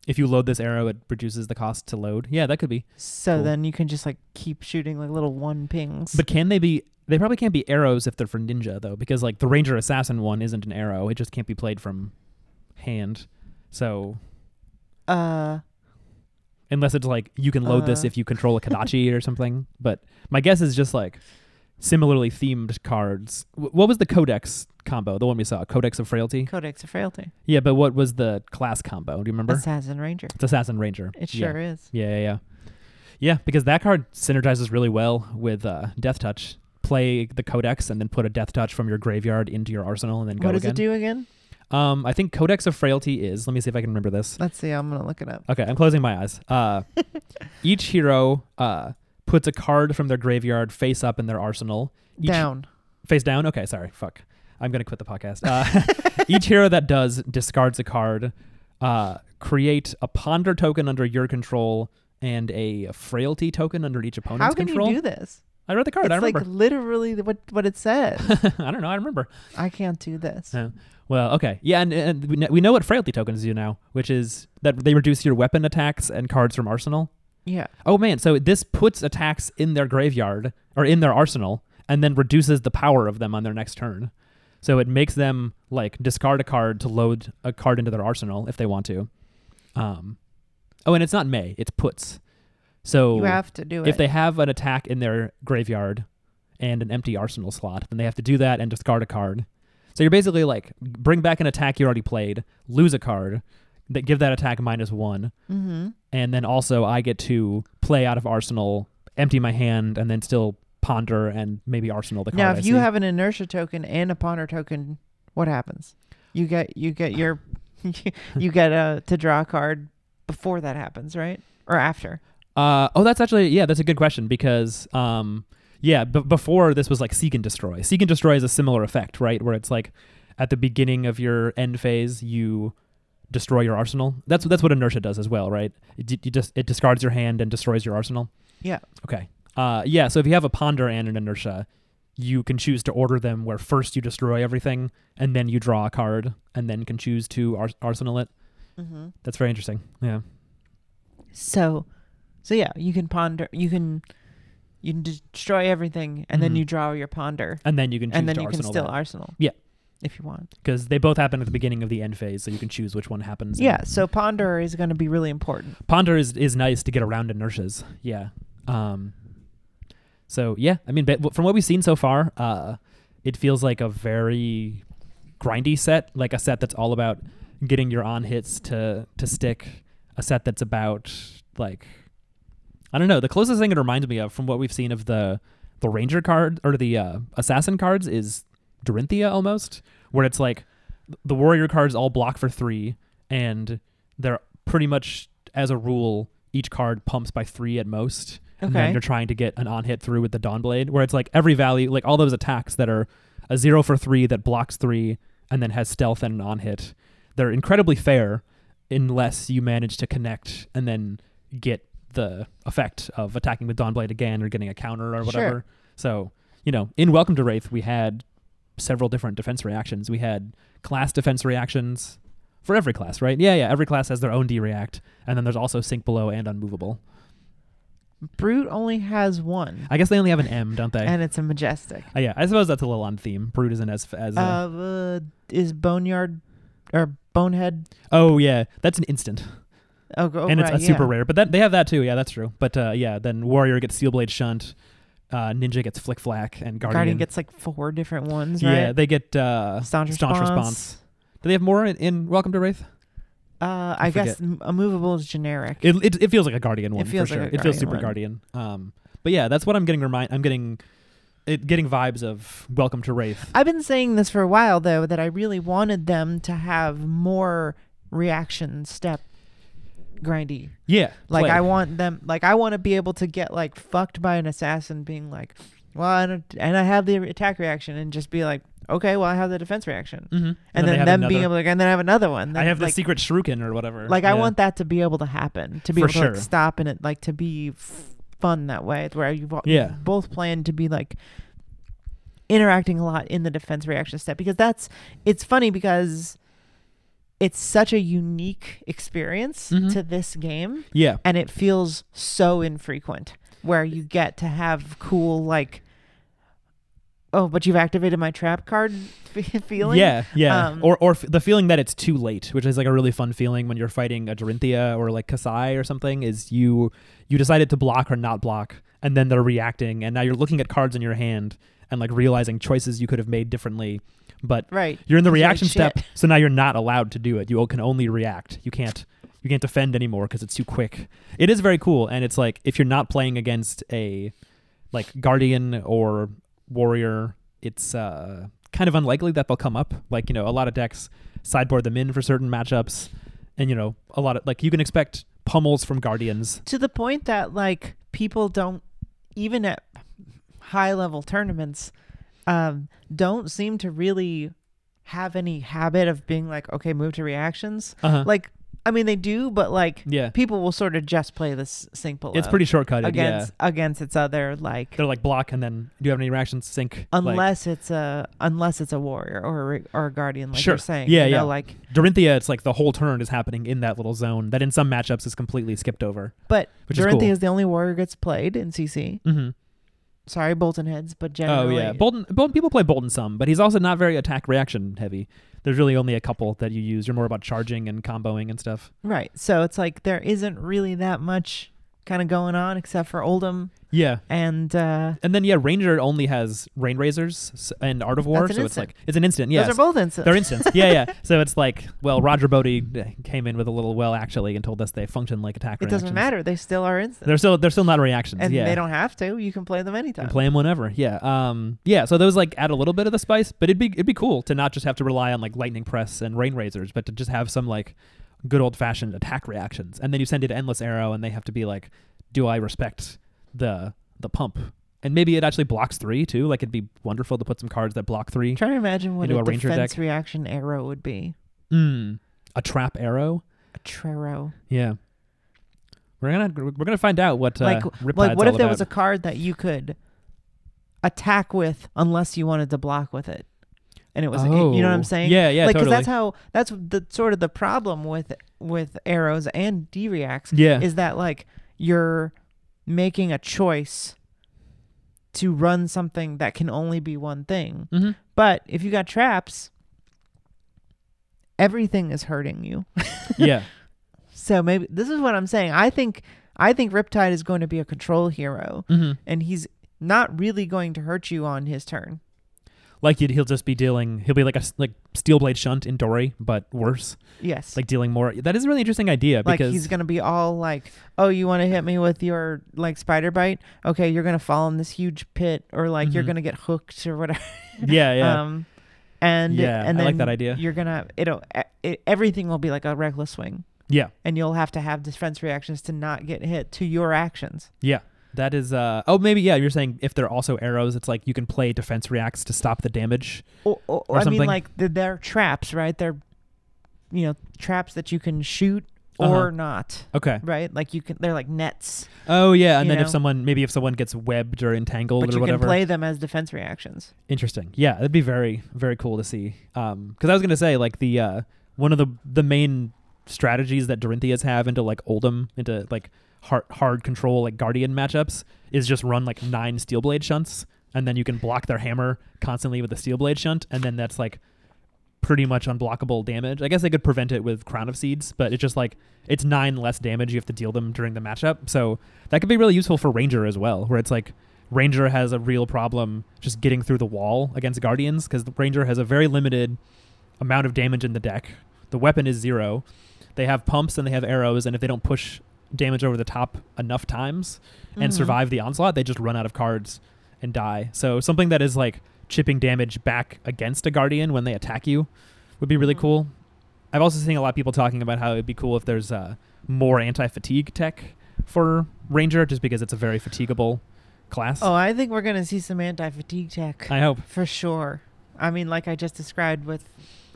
Speaker 2: If you load this arrow, it reduces the cost to load. Yeah, that could be.
Speaker 1: So
Speaker 2: Cool.
Speaker 1: then you can just like keep shooting like little one pings.
Speaker 2: But can they be? They probably can't be arrows if they're for ninja though, because like the ranger assassin one isn't an arrow. It just can't be played from hand. So
Speaker 1: uh,
Speaker 2: unless it's like you can load this
Speaker 1: Uh.
Speaker 2: if you control a Kadachi or something. But my guess is just like similarly themed cards. W- what was the codex combo? The one we saw, codex of frailty.
Speaker 1: Codex of Frailty,
Speaker 2: Yeah, but what was the class combo? Do you remember?
Speaker 1: Assassin Ranger.
Speaker 2: it's assassin ranger.
Speaker 1: It
Speaker 2: Yeah.
Speaker 1: sure is.
Speaker 2: Yeah, yeah, yeah. Yeah, because that card synergizes really well with uh, Death Touch. Play the Codex and then put a Death Touch from your graveyard into your arsenal and then go
Speaker 1: What does
Speaker 2: again.
Speaker 1: it do again?
Speaker 2: do? Um, I think Codex of Frailty is. Let me see if I can remember this.
Speaker 1: Let's see. I'm gonna look it up.
Speaker 2: Okay, I'm closing my eyes. Uh, each hero uh, puts a card from their graveyard face up in their arsenal. Each-
Speaker 1: Down.
Speaker 2: Face down? Okay, sorry. Fuck. I'm going to quit the podcast. Uh, each hero that does discards a card, uh, create a ponder token under your control and a frailty token under each opponent's
Speaker 1: How can
Speaker 2: control.
Speaker 1: you do this?
Speaker 2: I read the card.
Speaker 1: it's
Speaker 2: I
Speaker 1: like
Speaker 2: remember.
Speaker 1: literally what what it says.
Speaker 2: I don't know. I remember.
Speaker 1: I can't do this.
Speaker 2: Yeah. Well, okay. Yeah, and, and we, know, we know what frailty tokens do now, which is that they reduce your weapon attacks and cards from arsenal.
Speaker 1: Yeah.
Speaker 2: Oh, man. So this puts attacks in their graveyard or in their arsenal and then reduces the power of them on their next turn. So it makes them like discard a card to load a card into their arsenal if they want to. Um, oh, and it's not May, it's puts. So
Speaker 1: You have to do it.
Speaker 2: if they have an attack in their graveyard and an empty arsenal slot, then they have to do that and discard a card. So you're basically like bring back an attack you already played, lose a card, that give that attack minus one,
Speaker 1: mm-hmm.
Speaker 2: and then also I get to play out of arsenal, empty my hand, and then still ponder and maybe arsenal the card.
Speaker 1: Now,
Speaker 2: I
Speaker 1: if you
Speaker 2: see.
Speaker 1: have an inertia token and a ponder token, what happens? You get you get your you get uh to draw a card before that happens, right? Or after?
Speaker 2: uh, oh, that's actually yeah, that's a good question because um, yeah, b- before this was like seek and destroy. Seek and destroy is a similar effect, right? Where it's like at the beginning of your end phase, you destroy your arsenal. That's that's what inertia does as well, right? It, d- you just it discards your hand and destroys your arsenal.
Speaker 1: Yeah.
Speaker 2: Okay. Uh, yeah. So if you have a ponder and an inertia, you can choose to order them where first you destroy everything and then you draw a card and then can choose to ar- arsenal it.
Speaker 1: Mm-hmm.
Speaker 2: That's very interesting. Yeah.
Speaker 1: So, so yeah, you can ponder. You can you can destroy everything, and then
Speaker 2: Mhm.
Speaker 1: you draw your ponder,
Speaker 2: And then you can choose
Speaker 1: and then
Speaker 2: to
Speaker 1: you can
Speaker 2: arsenal
Speaker 1: still arsenal.
Speaker 2: Yeah.
Speaker 1: if you want.
Speaker 2: because they both happen at the beginning of the end phase, so you can choose which one happens.
Speaker 1: Yeah. So ponder is going to be really important.
Speaker 2: ponder is, is nice to get around inertias. Yeah. Um, so yeah, I mean, but from what we've seen so far, uh, it feels like a very grindy set, like a set that's all about getting your on hits to to stick. A set that's about like I don't know. The closest thing it reminds me of from what we've seen of the the ranger card or the uh, assassin cards is Dorinthia almost, where it's like th- the warrior cards all block for three, and they're pretty much as a rule each card pumps by three at most. And then
Speaker 1: Okay.
Speaker 2: you're trying to get an on hit through with the Dawnblade, where it's like every value, like all those attacks that are a zero for three that blocks three and then has stealth and an on hit, they're incredibly fair unless you manage to connect and then get the effect of attacking with Dawnblade again or getting a counter
Speaker 1: Sure.
Speaker 2: or whatever. So, you know, in Welcome to Wraith, we had several different defense reactions. We had class defense reactions for every class, right? Yeah, yeah. Every class has their own D react, and then there's also sync below and unmovable.
Speaker 1: Brute only has one,
Speaker 2: I guess they only have an M, don't they?
Speaker 1: and it's a majestic.
Speaker 2: Uh, yeah, I suppose that's a little on theme. Brute isn't as as.
Speaker 1: Uh,
Speaker 2: uh,
Speaker 1: uh, is boneyard or bonehead?
Speaker 2: oh yeah, that's an instant,
Speaker 1: Oh, go-
Speaker 2: and it's
Speaker 1: right,
Speaker 2: a super
Speaker 1: yeah.
Speaker 2: rare. But that they have that too. Yeah, that's true. But uh, yeah, then warrior gets seal blade shunt, uh, ninja gets flick flack, and guardian,
Speaker 1: Guardian, gets like four different ones, right?
Speaker 2: Yeah, they get uh,
Speaker 1: Staunch
Speaker 2: staunch
Speaker 1: response.
Speaker 2: response. Do they have more in, in Welcome to Wraith?
Speaker 1: Uh,
Speaker 2: I
Speaker 1: I guess m- a movable is generic.
Speaker 2: It, it, it feels like a guardian one
Speaker 1: feels
Speaker 2: for
Speaker 1: like
Speaker 2: sure.
Speaker 1: a
Speaker 2: it feels
Speaker 1: Guardian
Speaker 2: super
Speaker 1: one.
Speaker 2: guardian. Um, but yeah, that's what I'm getting. Remind I'm getting it getting vibes of Welcome to Wraith.
Speaker 1: I've been saying this for a while though that I really wanted them to have more reaction step grindy.
Speaker 2: yeah,
Speaker 1: Like
Speaker 2: play.
Speaker 1: I want them like I want to be able to get like fucked by an assassin being like, "Well, I don't, and I have the attack reaction" and just be like, "Okay, well, I have the defense reaction."
Speaker 2: Mhm.
Speaker 1: And,
Speaker 2: they
Speaker 1: then
Speaker 2: have
Speaker 1: them being
Speaker 2: another-
Speaker 1: able to and then I have another one.
Speaker 2: I
Speaker 1: Then,
Speaker 2: have the
Speaker 1: like,
Speaker 2: secret shuriken or whatever.
Speaker 1: like I
Speaker 2: Yeah.
Speaker 1: want that to be able to happen, to be
Speaker 2: For
Speaker 1: able to like,
Speaker 2: sure.
Speaker 1: stop and it like to be f- fun that way, where you bo-
Speaker 2: Yeah.
Speaker 1: both plan to be like interacting a lot in the defense reaction step because that's it's funny because it's such a unique experience
Speaker 2: Mhm.
Speaker 1: to this game
Speaker 2: Yeah,
Speaker 1: and it feels so infrequent where you get to have cool like oh but you've activated my trap card feeling
Speaker 2: yeah, yeah.
Speaker 1: Um,
Speaker 2: or or f- the feeling that it's too late, which is like a really fun feeling when you're fighting a Dorinthia or like Kasai or something. Is you you decided to block or not block, and then they're reacting, and now you're looking at cards in your hand and like realizing choices you could have made differently, but
Speaker 1: right
Speaker 2: You're in the
Speaker 1: He's like,
Speaker 2: reaction step,
Speaker 1: "Shit."
Speaker 2: so now you're not allowed to do it. You can only react. You can't you can't defend anymore because it's too quick. It is very cool, and it's like if you're not playing against a like guardian or warrior, it's uh, kind of unlikely that they'll come up. Like you know, a lot of decks sideboard them in for certain matchups, and you know, a lot of like you can expect pummels from guardians.
Speaker 1: to the point that like people don't even at high level tournaments um don't seem to really have any habit of being like okay move to reactions
Speaker 2: Uh-huh.
Speaker 1: like i mean they do but like
Speaker 2: yeah,
Speaker 1: people will sort of just play this sync below
Speaker 2: it's pretty shortcutted.
Speaker 1: against
Speaker 2: yeah,
Speaker 1: against its other like
Speaker 2: they're like block and then do you have any reactions? Sync like-
Speaker 1: unless it's a unless it's a warrior or a, or a guardian like
Speaker 2: Sure.
Speaker 1: you're saying
Speaker 2: Yeah,
Speaker 1: you know,
Speaker 2: yeah.
Speaker 1: like
Speaker 2: Dorinthia, it's like the whole turn is happening in that little zone that in some matchups is completely skipped over.
Speaker 1: but
Speaker 2: Which is
Speaker 1: Dorinthia
Speaker 2: cool.
Speaker 1: is the only warrior who gets played in cc
Speaker 2: Mm-hmm.
Speaker 1: sorry bolton heads but
Speaker 2: Oh
Speaker 1: generally
Speaker 2: yeah, Bolton, Bolton. People play Bolton some, but he's also not very attack reaction heavy. There's really only a couple that you use. You're more about charging and comboing and stuff.
Speaker 1: Right. So it's like there isn't really that much kind of going on except for Oldham
Speaker 2: Yeah,
Speaker 1: and uh
Speaker 2: and then yeah, Ranger only has Rain Razors s- and Art of War,
Speaker 1: That's an
Speaker 2: so it's
Speaker 1: instant.
Speaker 2: like it's an instant. Yeah,
Speaker 1: those are both instances.
Speaker 2: they're instants. yeah, yeah. So it's like well, Roger Bodie eh, came in with a little well actually and told us they function like attack.
Speaker 1: it doesn't
Speaker 2: reactions.
Speaker 1: matter. They still are instances.
Speaker 2: They're still they're still not reactions.
Speaker 1: and
Speaker 2: yeah,
Speaker 1: they don't have to. You can play them anytime.
Speaker 2: and play them whenever. Yeah. Um. Yeah. So those like add a little bit of the spice, but it'd be it'd be cool to not just have to rely on like lightning press and rain razors, but to just have some like good old fashioned attack reactions, and then you send it to endless arrow, and they have to be like, do I respect the the pump? And maybe it actually blocks three too. Like it'd be wonderful to put some cards that block three.
Speaker 1: I'm trying to imagine what
Speaker 2: Into
Speaker 1: a,
Speaker 2: a ranger
Speaker 1: defense
Speaker 2: deck.
Speaker 1: reaction arrow would be.
Speaker 2: Mm, a trap arrow.
Speaker 1: A trero.
Speaker 2: Yeah. We're gonna we're gonna find out what uh,
Speaker 1: like
Speaker 2: Riptide's
Speaker 1: like what
Speaker 2: all
Speaker 1: if there
Speaker 2: about.
Speaker 1: was a card that you could attack with unless you wanted to block with it? And it was you know what
Speaker 2: Oh.
Speaker 1: I'm saying?
Speaker 2: Yeah, yeah,
Speaker 1: Like 'cause
Speaker 2: totally.
Speaker 1: that's how that's the sort of the problem with with arrows and D reacts
Speaker 2: yeah
Speaker 1: is that like you're making a choice to run something that can only be one thing.
Speaker 2: hmm
Speaker 1: But if you got traps, everything is hurting you.
Speaker 2: yeah
Speaker 1: So maybe this is what I'm saying. I think I think Riptide is going to be a control hero
Speaker 2: hmm
Speaker 1: and he's not really going to hurt you on his turn.
Speaker 2: like you'd, he'll just be dealing he'll be like a s- like steel blade shunt in dory but worse
Speaker 1: Yes.
Speaker 2: like dealing more that is a really interesting idea
Speaker 1: Like,
Speaker 2: because
Speaker 1: he's going to be all like, "Oh, you want to hit me with your like spider bite? Okay, you're going to fall in this huge pit or like you're
Speaker 2: Mhm.
Speaker 1: going to get hooked or whatever."
Speaker 2: yeah yeah
Speaker 1: Um, and
Speaker 2: Yeah,
Speaker 1: and
Speaker 2: I
Speaker 1: then
Speaker 2: like that idea.
Speaker 1: You're gonna it'll e, it, everything will be like a reckless swing,
Speaker 2: yeah
Speaker 1: and you'll have to have defense reactions to not get hit to your actions.
Speaker 2: yeah that is uh oh maybe yeah you're saying if they're also arrows it's like you can play defense reacts to stop the damage
Speaker 1: Or, or,
Speaker 2: Or
Speaker 1: I
Speaker 2: something.
Speaker 1: mean, like they're, they're traps, right? They're you know traps that you can shoot or
Speaker 2: Uh-huh.
Speaker 1: not,
Speaker 2: okay
Speaker 1: right? Like you can they're like nets,
Speaker 2: oh yeah and
Speaker 1: You
Speaker 2: then if
Speaker 1: know.
Speaker 2: someone maybe if someone gets webbed or entangled
Speaker 1: but
Speaker 2: or
Speaker 1: you
Speaker 2: whatever
Speaker 1: can play them as defense reactions.
Speaker 2: Interesting. Yeah, that'd be very very cool to see. Um, because I was gonna say like the uh one of the the main strategies that Dorinthias have into like Oldham into like hard hard control like Guardian matchups is just run like nine Steel Blade shunts and then you can block their hammer constantly with the Steel Blade shunt and then that's like pretty much unblockable damage. I guess they could prevent it with Crown of Seeds, but it's just like it's nine less damage you have to deal them during the matchup. So that could be really useful for Ranger as well, where it's like Ranger has a real problem just getting through the wall against Guardians because Ranger has a very limited amount of damage in the deck. The weapon is zero. They have pumps and they have arrows, and if they don't push damage over the top enough times and
Speaker 1: Mhm.
Speaker 2: Mm-hmm. survive the onslaught, they just run out of cards and die. So something that is like chipping damage back against a guardian when they attack you would be really
Speaker 1: Mhm.
Speaker 2: cool. I've also seen a lot of people talking about how it'd be cool if there's uh, more anti-fatigue tech for ranger, just because it's a very fatigable class.
Speaker 1: Oh, I think we're gonna see some anti-fatigue tech
Speaker 2: I hope.
Speaker 1: for sure. I mean, like I just described with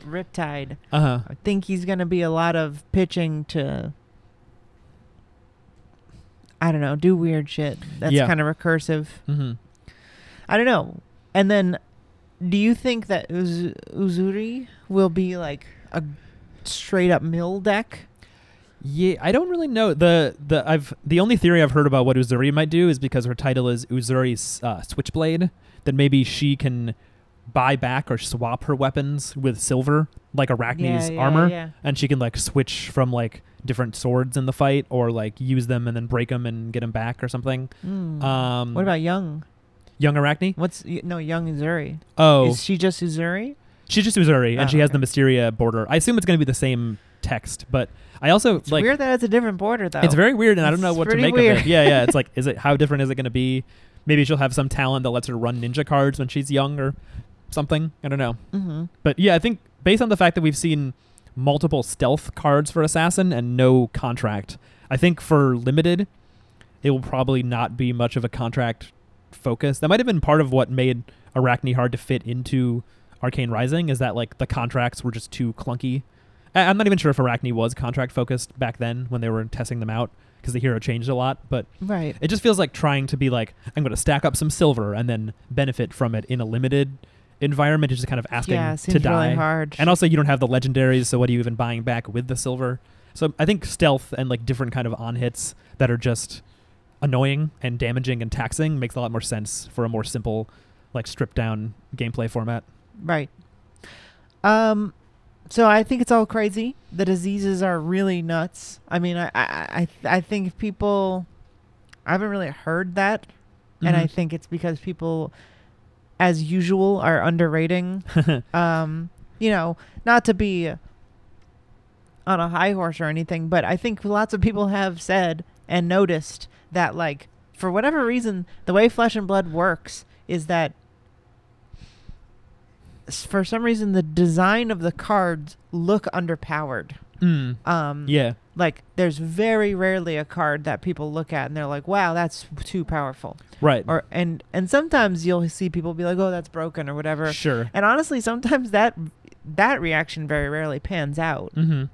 Speaker 1: Riptide,
Speaker 2: Uh huh.
Speaker 1: I think he's gonna be a lot of pitching to. I don't know, do weird shit. That's
Speaker 2: Yeah.
Speaker 1: kind of recursive.
Speaker 2: Mm-hmm.
Speaker 1: I don't know. And then, do you think that Uz- Uzuri will be like a straight up mill deck?
Speaker 2: Yeah, I don't really know the the I've the only theory I've heard about what Uzuri might do is because her title is Uzuri's uh, Switchblade, that maybe she can buy back or swap her weapons with silver, like Arachne's
Speaker 1: Yeah, yeah,
Speaker 2: armor,
Speaker 1: yeah.
Speaker 2: and she can like switch from like different swords in the fight or like use them and then break them and get them back or something.
Speaker 1: Hmm.
Speaker 2: Um,
Speaker 1: what about Young?
Speaker 2: young Arachne?
Speaker 1: What's y- no Young Uzuri?
Speaker 2: Oh,
Speaker 1: Is she just Uzuri?
Speaker 2: she's just Uzuri, and
Speaker 1: Oh,
Speaker 2: she has
Speaker 1: okay.
Speaker 2: the Mysteria border. I assume it's going to be the same text, but I also
Speaker 1: It's
Speaker 2: like
Speaker 1: weird that it's a different border though.
Speaker 2: It's very weird, and I don't know
Speaker 1: It's
Speaker 2: what to
Speaker 1: pretty
Speaker 2: make of
Speaker 1: weird.
Speaker 2: it. Yeah, yeah. It's like, is it how different is it going to be? Maybe she'll have some talent that lets her run ninja cards when she's young or something. I don't know.
Speaker 1: hmm
Speaker 2: But yeah, I think based on the fact that we've seen multiple stealth cards for assassin and no contract, I think for limited, it will probably not be much of a contract focus. That might have been part of what made Arachne hard to fit into Arcane Rising is that like the contracts were just too clunky. I- I'm not even sure if Arachne was contract focused back then when they were testing them out because the hero changed a lot, but
Speaker 1: Right.
Speaker 2: it just feels like trying to be like, I'm going to stack up some silver and then benefit from it in a limited environment. It's just kind of asking
Speaker 1: yeah,
Speaker 2: to
Speaker 1: seems
Speaker 2: die.
Speaker 1: really hard.
Speaker 2: And also, you don't have the legendaries, so what are you even buying back with the silver? So I think stealth and like different kind of on hits that are just annoying and damaging and taxing makes a lot more sense for a more simple, like stripped down gameplay format.
Speaker 1: right. Um, so I think it's all crazy. The diseases are really nuts. I mean, I I I, I think if people, I haven't really heard that, and
Speaker 2: Mm-hmm.
Speaker 1: I think it's because people, as usual, are underrating.
Speaker 2: think
Speaker 1: Um, you know, not to be on a high horse or anything, but I think lots of people have said and noticed that, like, for whatever reason, the way Flesh and Blood works is that s- for some reason the design of the cards look underpowered.
Speaker 2: mm.
Speaker 1: Um,
Speaker 2: yeah,
Speaker 1: Like, there's very rarely a card that people look at and they're like, wow, that's too powerful.
Speaker 2: right,
Speaker 1: Or, and, and sometimes you'll see people be like, oh, that's broken or whatever.
Speaker 2: sure,
Speaker 1: And honestly, sometimes that that reaction very rarely pans out.
Speaker 2: mm-hmm.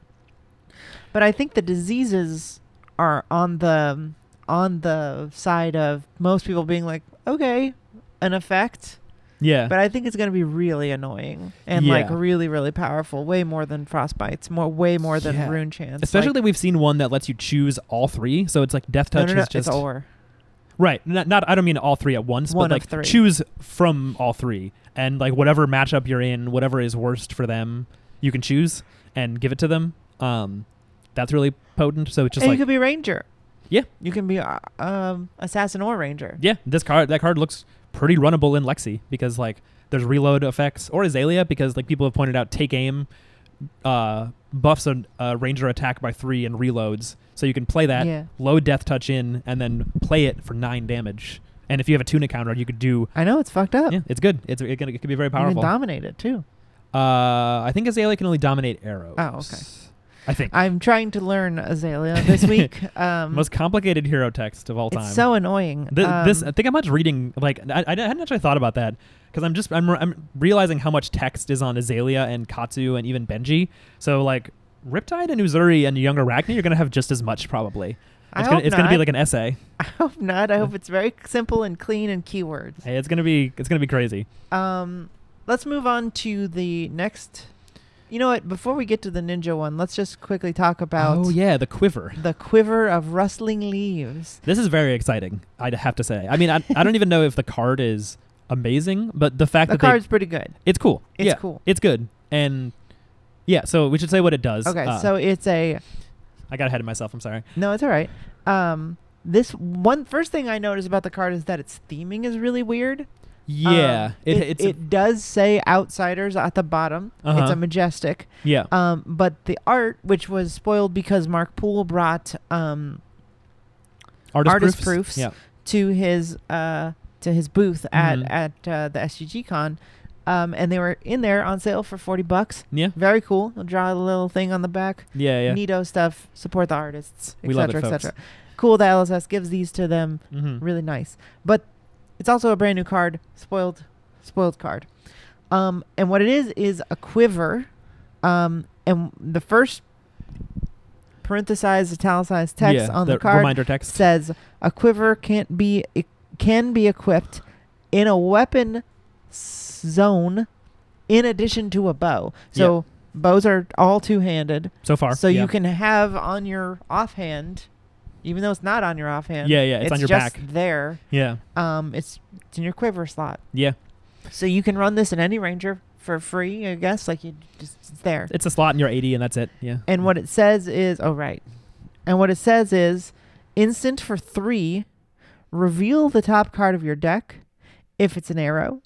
Speaker 1: But I think the diseases are on the on the side of most people being like, okay, an effect.
Speaker 2: yeah,
Speaker 1: But I think it's going to be really annoying and like
Speaker 2: Yeah.
Speaker 1: really really powerful, way more than frostbites, more way more than
Speaker 2: Yeah.
Speaker 1: rune chance.
Speaker 2: especially
Speaker 1: like,
Speaker 2: we've seen one that lets you choose all three. So it's like death
Speaker 1: no,
Speaker 2: touch
Speaker 1: no, no,
Speaker 2: is just
Speaker 1: it's or
Speaker 2: Right. Not, not I don't mean all three at once,
Speaker 1: One
Speaker 2: but
Speaker 1: of
Speaker 2: like
Speaker 1: three.
Speaker 2: choose from all three and like whatever matchup you're in, whatever is worst for them, you can choose and give it to them. Um that's really potent. So it's just
Speaker 1: and
Speaker 2: like
Speaker 1: you could be ranger.
Speaker 2: Yeah.
Speaker 1: you can be uh, um, assassin or ranger.
Speaker 2: yeah, this card that card looks pretty runnable in Lexi because like there's reload effects or Azalea because like people have pointed out take aim uh buffs a, a ranger attack by 3 and reloads. So you can play that
Speaker 1: Yeah.
Speaker 2: low death touch in and then play it for 9 damage. And if you have a tunic counter, you could do
Speaker 1: I know it's fucked up.
Speaker 2: Yeah, it's good. It's it can, it can be very
Speaker 1: You can
Speaker 2: powerful. Uh,
Speaker 1: dominate it too.
Speaker 2: I think Azalea can only dominate arrows.
Speaker 1: Oh, okay.
Speaker 2: I think
Speaker 1: I'm trying to learn Azalea this week. Um,
Speaker 2: most complicated hero text of all time.
Speaker 1: it's so annoying.
Speaker 2: Th- this
Speaker 1: Um,
Speaker 2: I think I'm much reading like I, I hadn't actually thought about that because I'm just I'm, I'm realizing how much text is on Azalea and Katsu and even Benji. So like Riptide and Uzuri and Young Arachne, you're gonna have just as much probably.
Speaker 1: I
Speaker 2: it's gonna,
Speaker 1: hope
Speaker 2: it's gonna be
Speaker 1: not.
Speaker 2: like an essay.
Speaker 1: I hope not. I hope it's very simple and clean and keywords.
Speaker 2: Hey, it's gonna be it's gonna be crazy.
Speaker 1: Um, let's move on to the next. You know what? Before we get to the ninja one, let's just quickly talk about
Speaker 2: oh yeah, the quiver.
Speaker 1: the quiver of rustling leaves.
Speaker 2: This is very exciting, I'd have to say. I mean, I, I don't even know if the card is amazing, but the fact
Speaker 1: The
Speaker 2: that they-
Speaker 1: card's pretty good.
Speaker 2: it's cool.
Speaker 1: It's
Speaker 2: yeah,
Speaker 1: cool.
Speaker 2: It's good. And yeah, so we should say what it does.
Speaker 1: Okay,
Speaker 2: Uh,
Speaker 1: so it's a
Speaker 2: I got ahead of myself. I'm sorry.
Speaker 1: no. It's all right. Um, this one first thing I noticed about the card is that its theming is really weird.
Speaker 2: Yeah,
Speaker 1: Um,
Speaker 2: it,
Speaker 1: it,
Speaker 2: it's a-
Speaker 1: it does say outsiders at the bottom. It's
Speaker 2: Uh-huh.
Speaker 1: a majestic.
Speaker 2: yeah.
Speaker 1: Um, but the art, which was spoiled because Mark Poole brought um,
Speaker 2: Artist,
Speaker 1: artist
Speaker 2: proofs.
Speaker 1: proofs.
Speaker 2: Yeah.
Speaker 1: to his uh, to his booth at
Speaker 2: Mhm.
Speaker 1: at uh, the SGG con, um, and they were in there on sale for forty bucks.
Speaker 2: Yeah.
Speaker 1: Very cool. I'll draw a little thing on the back.
Speaker 2: Yeah, yeah.
Speaker 1: Neato stuff. Support the artists,
Speaker 2: We love
Speaker 1: etc.,
Speaker 2: it, folks.
Speaker 1: etc. Cool that LSS gives these to them.
Speaker 2: Mhm.
Speaker 1: Really nice. But it's also a brand new card. Spoiled, spoiled card. Um, and what it is is a quiver. Um, and the first parenthesized italicized text
Speaker 2: Yeah,
Speaker 1: on the, card
Speaker 2: reminder text.
Speaker 1: says a quiver can't be it can be equipped in a weapon s- zone in addition to a bow. So bows are all two-handed.
Speaker 2: So far,
Speaker 1: So
Speaker 2: yeah.
Speaker 1: you can have on your offhand even though it's not on your offhand.
Speaker 2: Yeah, yeah, it's on your
Speaker 1: just
Speaker 2: back.
Speaker 1: there.
Speaker 2: Yeah,
Speaker 1: Um it's it's in your quiver slot.
Speaker 2: yeah.
Speaker 1: So you can run this in any ranger for free, I guess, like you just it's there.
Speaker 2: It's a slot in your eighty, and that's it. Yeah.
Speaker 1: And what it says is, oh right. And what it says is, instant for three, reveal the top card of your deck. If it's an arrow,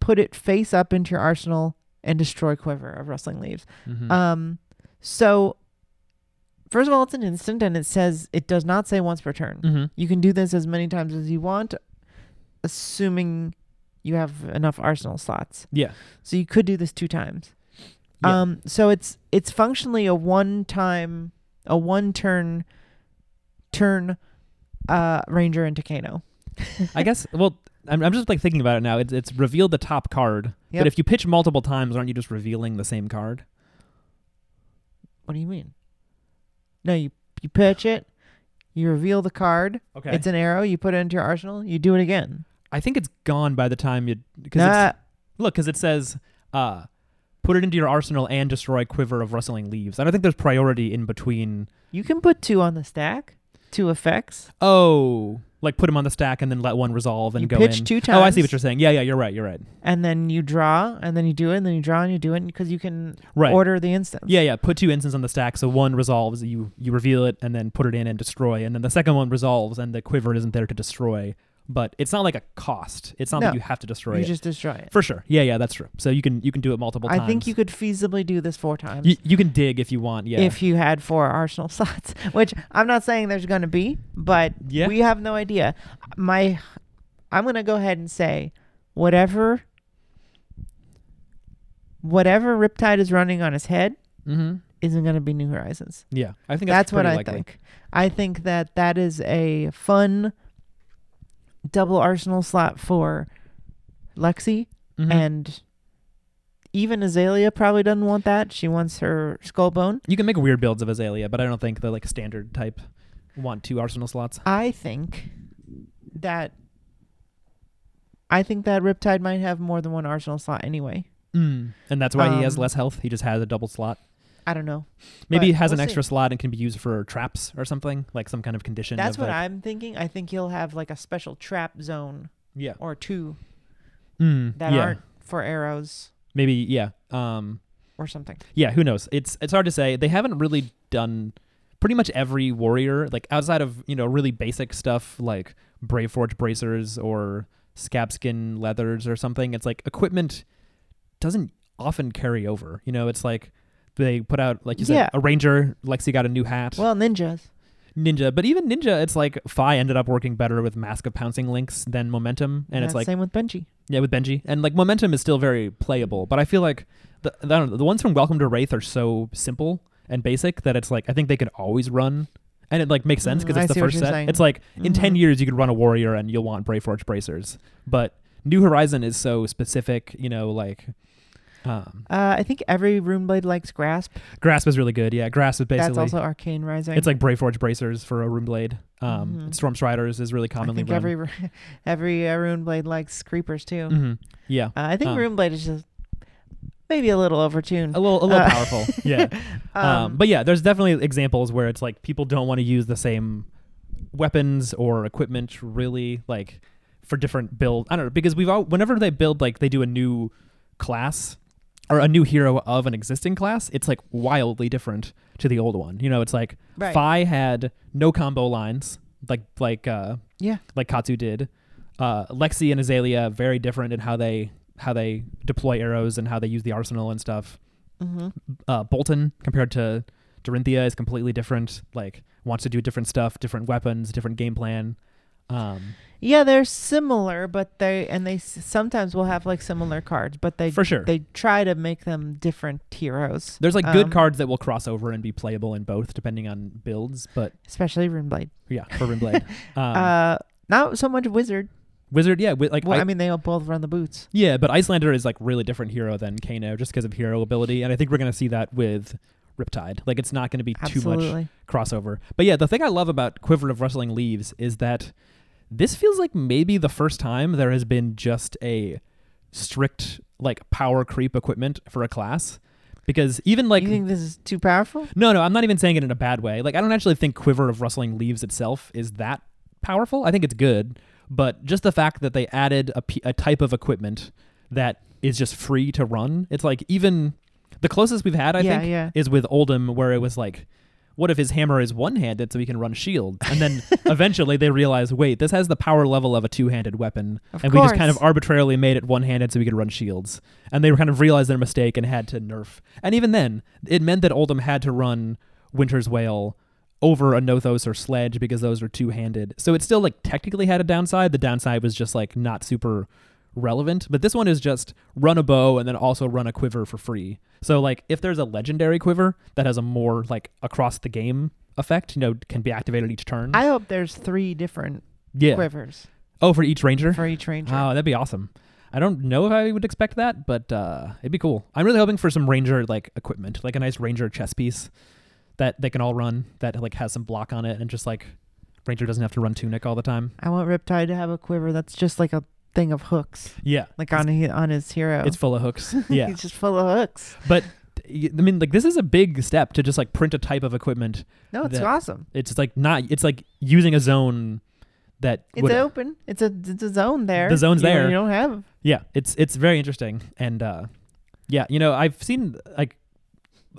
Speaker 1: put it face up into your arsenal and destroy Quiver of Rustling Leaves.
Speaker 2: Mhm.
Speaker 1: Um, so first of all, it's an instant, and it says it does not say once per turn.
Speaker 2: Mhm.
Speaker 1: You can do this as many times as you want, assuming you have enough arsenal slots.
Speaker 2: Yeah.
Speaker 1: So you could do this two times.
Speaker 2: Yeah.
Speaker 1: Um so it's it's functionally a one time a one turn turn uh ranger into Kano.
Speaker 2: I guess. Well, I'm, I'm just like thinking about it now. It's it's reveal the top card,
Speaker 1: Yep.
Speaker 2: but if you pitch multiple times, aren't you just revealing the same card?
Speaker 1: What do you mean? No, you you pitch it, you reveal the card,
Speaker 2: Okay.
Speaker 1: it's an arrow, you put it into your arsenal, you do it again.
Speaker 2: I think it's gone by the time you because
Speaker 1: Nah,
Speaker 2: look because it says uh, put it into your arsenal and destroy quiver of rustling leaves. I don't think there's priority in between.
Speaker 1: you can put two on the stack, two effects.
Speaker 2: Oh, like put them on the stack and then let one resolve and
Speaker 1: You
Speaker 2: go
Speaker 1: pitch
Speaker 2: in.
Speaker 1: two
Speaker 2: Oh, I
Speaker 1: times.
Speaker 2: see what you're saying. Yeah, yeah, you're right. You're right.
Speaker 1: and then you draw, and then you do it, and then you draw, and you do it because you can
Speaker 2: Right.
Speaker 1: order the instance.
Speaker 2: Yeah, yeah. Put two instants on the stack, so one resolves, you you reveal it, and then put it in and destroy, and then the second one resolves, and the quiver isn't there to destroy. But it's not like a cost. It's not
Speaker 1: No.
Speaker 2: like you have to destroy
Speaker 1: you
Speaker 2: it
Speaker 1: just destroy it.
Speaker 2: for sure. Yeah, yeah, that's true. So you can you can do it multiple times.
Speaker 1: I think you could feasibly do this four times
Speaker 2: you, you can dig if you want. Yeah,
Speaker 1: if you had four Arsenal slots, which I'm not saying there's going to be, but
Speaker 2: Yeah.
Speaker 1: we have no idea. My, I'm going to go ahead and say, whatever, whatever Riptide is running on his head
Speaker 2: hmm
Speaker 1: isn't going to be New Horizons.
Speaker 2: yeah. I think
Speaker 1: That's,
Speaker 2: that's,
Speaker 1: what
Speaker 2: pretty
Speaker 1: I
Speaker 2: likely.
Speaker 1: think. I think that that is a fun double Arsenal slot for Lexi.
Speaker 2: Mhm.
Speaker 1: and even Azalea probably doesn't want that. She wants her skull bone.
Speaker 2: you can make weird builds of Azalea, but I don't think the like standard type want two arsenal slots.
Speaker 1: I think that I think that Riptide might have more than one arsenal slot anyway.
Speaker 2: Mm. And that's why he has
Speaker 1: Um,
Speaker 2: less health. He just has a double slot.
Speaker 1: I don't know.
Speaker 2: Maybe he
Speaker 1: but
Speaker 2: has
Speaker 1: we'll
Speaker 2: an
Speaker 1: see.
Speaker 2: extra slot and can be used for traps or something, like some kind of condition.
Speaker 1: That's
Speaker 2: of,
Speaker 1: what
Speaker 2: like-
Speaker 1: I'm thinking. I think he'll have like a special trap zone
Speaker 2: Yeah.
Speaker 1: or two
Speaker 2: Mm,
Speaker 1: that
Speaker 2: yeah.
Speaker 1: aren't for arrows
Speaker 2: maybe yeah um
Speaker 1: or something.
Speaker 2: yeah who knows it's it's hard to say they haven't really done pretty much every warrior like outside of you know really basic stuff like brave forge bracers or scab skin leathers or something it's like equipment doesn't often carry over you know it's like they put out like you said
Speaker 1: Yeah.
Speaker 2: a ranger lexi got a new hat
Speaker 1: Well, ninjas.
Speaker 2: ninja but even ninja it's like fi ended up working better with mask of pouncing links than momentum and it's
Speaker 1: That's
Speaker 2: like
Speaker 1: same with Benji.
Speaker 2: yeah, with Benji, and like momentum is still very playable, but I feel like the I don't know, the ones from Welcome to Wraith are so simple and basic that it's like I think they can always run, and it like makes sense because
Speaker 1: Mm, I
Speaker 2: it's
Speaker 1: see
Speaker 2: the
Speaker 1: what
Speaker 2: first
Speaker 1: you're
Speaker 2: set.
Speaker 1: saying.
Speaker 2: It's like in ten
Speaker 1: Mhm.
Speaker 2: years you could run a warrior and you'll want Braveforge bracers, but New Horizon is so specific. You know, like um,
Speaker 1: Uh, I think every Runeblade likes grasp.
Speaker 2: grasp is really good. Yeah, grasp is basically
Speaker 1: That's also Arcane Rising.
Speaker 2: it's like Braveforge bracers for a room blade. Um,
Speaker 1: Mhm.
Speaker 2: Stormstriders is really commonly
Speaker 1: I think
Speaker 2: run.
Speaker 1: every every uh, Runeblade likes creepers too.
Speaker 2: Mhm. Yeah,
Speaker 1: Uh, I think
Speaker 2: Um,
Speaker 1: Runeblade is just maybe a little overtuned.
Speaker 2: a little a little
Speaker 1: Uh,
Speaker 2: powerful. Yeah. Um, but yeah, there's definitely examples where it's like people don't want to use the same weapons or equipment really like for different build. I don't know because we've all whenever they build like they do a new class or a new hero of an existing class, it's like wildly different to the old one. You know, it's like
Speaker 1: Right.
Speaker 2: Fi had no combo lines like like uh
Speaker 1: yeah,
Speaker 2: like Katsu did. Uh, Lexi and Azalea very different in how they how they deploy arrows and how they use the arsenal and stuff
Speaker 1: hmm
Speaker 2: uh, Bolton compared to Dorinthia is completely different. Like wants to do different stuff, different weapons, different game plan. Um,
Speaker 1: Yeah, they're similar, but they and they s- sometimes will have like similar cards, but they
Speaker 2: For sure.
Speaker 1: they try to make them different heroes,
Speaker 2: there's like good
Speaker 1: Um,
Speaker 2: cards that will cross over and be playable in both, depending on builds. But
Speaker 1: especially Runeblade.
Speaker 2: yeah, for Runeblade, um,
Speaker 1: uh, not so much Wizard.
Speaker 2: Wizard, yeah, wi- like
Speaker 1: Well,
Speaker 2: I-
Speaker 1: I, mean, they all both run the boots.
Speaker 2: Yeah, but Icelander is like really different hero than Kano just because of hero ability, and I think we're gonna see that with Riptide. Like it's not gonna be too much
Speaker 1: Absolutely.
Speaker 2: crossover. But yeah, the thing I love about Quiver of Rustling Leaves is that this feels like maybe the first time there has been just a strict like power creep equipment for a class, because even like
Speaker 1: you think this is too powerful?
Speaker 2: no, no, I'm not even saying it in a bad way. Like I don't actually think Quiver of Rustling Leaves itself is that powerful. I think it's good, but just the fact that they added a, p- a type of equipment that is just free to run. It's like even the closest we've had, I
Speaker 1: yeah,
Speaker 2: think,
Speaker 1: yeah.
Speaker 2: is with Oldham, where it was like, what if his hammer is one-handed so he can run shield? And then eventually they realize, wait, this has the power level of a two-handed weapon,
Speaker 1: Of
Speaker 2: and we just kind of
Speaker 1: course.
Speaker 2: arbitrarily made it one-handed so we could run shields. And they kind of realized their mistake and had to nerf. And even then, it meant that Oldham had to run Winter's Whale over a Nothos or Sledge because those are two-handed. So it still like technically had a downside. The downside was just like not super relevant, but this one is just run a bow and then also run a quiver for free. So like if there's a legendary quiver that has a more like across the game effect, you know, can be activated each turn.
Speaker 1: I hope there's three different
Speaker 2: yeah.
Speaker 1: quivers
Speaker 2: Oh, for each ranger.
Speaker 1: for each ranger.
Speaker 2: Oh, that'd be awesome. I don't know if I would expect that, but uh, it'd be cool. I'm really hoping for some ranger like equipment, like a nice ranger chess piece that they can all run that like has some block on it and just like ranger doesn't have to run tunic all the time.
Speaker 1: I want Riptide to have a quiver that's just like a thing of hooks,
Speaker 2: Yeah.
Speaker 1: like on he, on his hero.
Speaker 2: It's full of hooks.
Speaker 1: Oh.
Speaker 2: Yeah.
Speaker 1: He's just full of hooks.
Speaker 2: but I mean like this is a big step to just like print a type of equipment
Speaker 1: No, it's
Speaker 2: That-
Speaker 1: awesome.
Speaker 2: it's like not it's like using a zone that
Speaker 1: It's
Speaker 2: would-
Speaker 1: open. It's a it's a zone there.
Speaker 2: The zone's
Speaker 1: You know,
Speaker 2: there.
Speaker 1: You don't have
Speaker 2: yeah it's it's very interesting and uh yeah you know i've seen like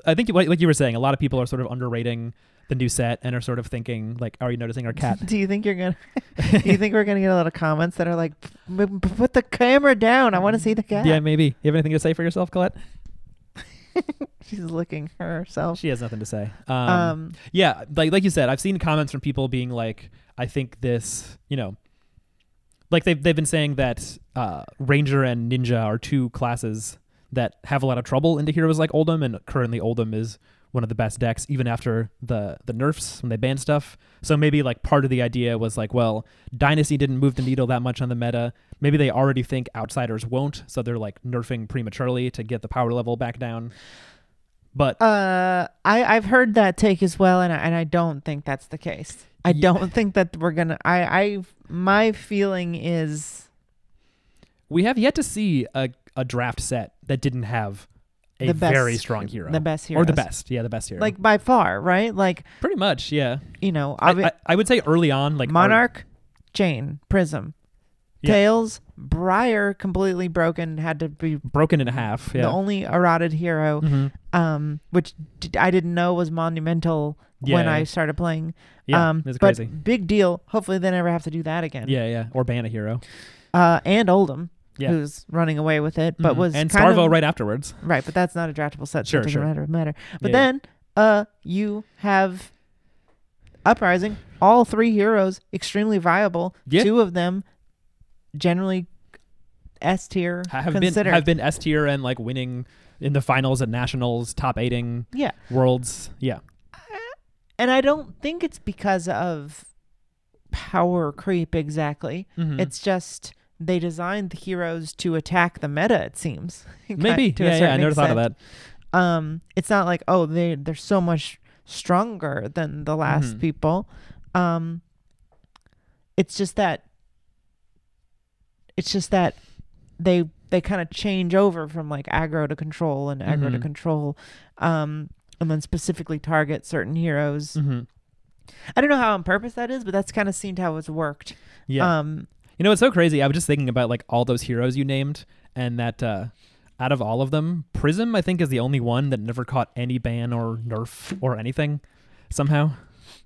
Speaker 2: i think like like you were saying a lot of people are sort of underrating the new set and are sort of thinking like are you noticing our cat
Speaker 1: Do you think you're gonna? do you think we're gonna get a lot of comments that are like, "P- p- "Put the camera down. I want to see the cat."
Speaker 2: Mm-hmm. yeah maybe you have anything to say for yourself colette
Speaker 1: she's looking herself.
Speaker 2: she has nothing to say
Speaker 1: Oh.
Speaker 2: um,
Speaker 1: Um,
Speaker 2: yeah like like you said i've seen comments from people being like i think this you know like they've, they've been saying that uh, ranger and ninja are two classes that have a lot of trouble into heroes like oldham and currently oldham is one of the best decks even after the the nerfs when they banned stuff so maybe like part of the idea was like well dynasty didn't move the needle that much on the meta maybe they already think outsiders won't so they're like nerfing prematurely to get the power level back down but
Speaker 1: uh, I I've heard that take as well, and I, and I don't think that's the case. I
Speaker 2: Yeah.
Speaker 1: don't think that we're gonna. I I my feeling is
Speaker 2: We have yet to see a, a draft set that didn't have a
Speaker 1: The best-
Speaker 2: very strong hero.
Speaker 1: the best
Speaker 2: Or the
Speaker 1: heroes.
Speaker 2: best. Yeah, the best hero.
Speaker 1: like by far, right? Like
Speaker 2: pretty much, yeah.
Speaker 1: you know,
Speaker 2: I,
Speaker 1: obvi-
Speaker 2: I, I would say early on, like our-
Speaker 1: Monarch, Jane, Prism,
Speaker 2: Yeah.
Speaker 1: Tails, Briar, completely broken, had to be
Speaker 2: broken in half. Yeah.
Speaker 1: the only eroded hero.
Speaker 2: Mhm.
Speaker 1: um, which d- I didn't know was monumental when
Speaker 2: Yeah.
Speaker 1: I started playing.
Speaker 2: Yeah.
Speaker 1: um,
Speaker 2: it's
Speaker 1: but
Speaker 2: crazy.
Speaker 1: big deal. Hopefully, they never have to do that again.
Speaker 2: Yeah, yeah. Or ban a hero.
Speaker 1: Uh, and Oldham,
Speaker 2: Yeah.
Speaker 1: who's running away with it, but
Speaker 2: Mhm.
Speaker 1: was
Speaker 2: and
Speaker 1: kind
Speaker 2: Starvo
Speaker 1: of-
Speaker 2: right afterwards.
Speaker 1: right. But that's not a draftable set. so
Speaker 2: Sure,
Speaker 1: it doesn't
Speaker 2: sure.
Speaker 1: matter. Matter. But
Speaker 2: Yeah, yeah.
Speaker 1: then, uh, you have uprising. All three heroes extremely viable.
Speaker 2: Yeah.
Speaker 1: Two of them, generally. S tier
Speaker 2: Ha- Have been
Speaker 1: considered.
Speaker 2: have been S tier and like winning in the finals at nationals, top eighting
Speaker 1: yeah.
Speaker 2: worlds. Yeah.
Speaker 1: And I don't think it's because of power creep exactly.
Speaker 2: Mhm.
Speaker 1: It's just they designed the heroes to attack the meta. It seems
Speaker 2: maybe.
Speaker 1: to a
Speaker 2: Yeah, yeah. I
Speaker 1: certain
Speaker 2: never thought of
Speaker 1: extent.
Speaker 2: that.
Speaker 1: Um, it's not like oh they they're so much stronger than the last
Speaker 2: Mhm.
Speaker 1: people. Um, it's just that it's just that they they kind of change over from like aggro to control and aggro to
Speaker 2: Mhm.
Speaker 1: control, um, and then specifically target certain heroes.
Speaker 2: Mhm.
Speaker 1: I don't know how on purpose that is, but that's kind of seemed how it's worked.
Speaker 2: Yeah.
Speaker 1: Um,
Speaker 2: You know, it's so crazy. I was just thinking about like all those heroes you named, and that uh, out of all of them, Prism I think is the only one that never caught any ban or nerf or anything. Somehow,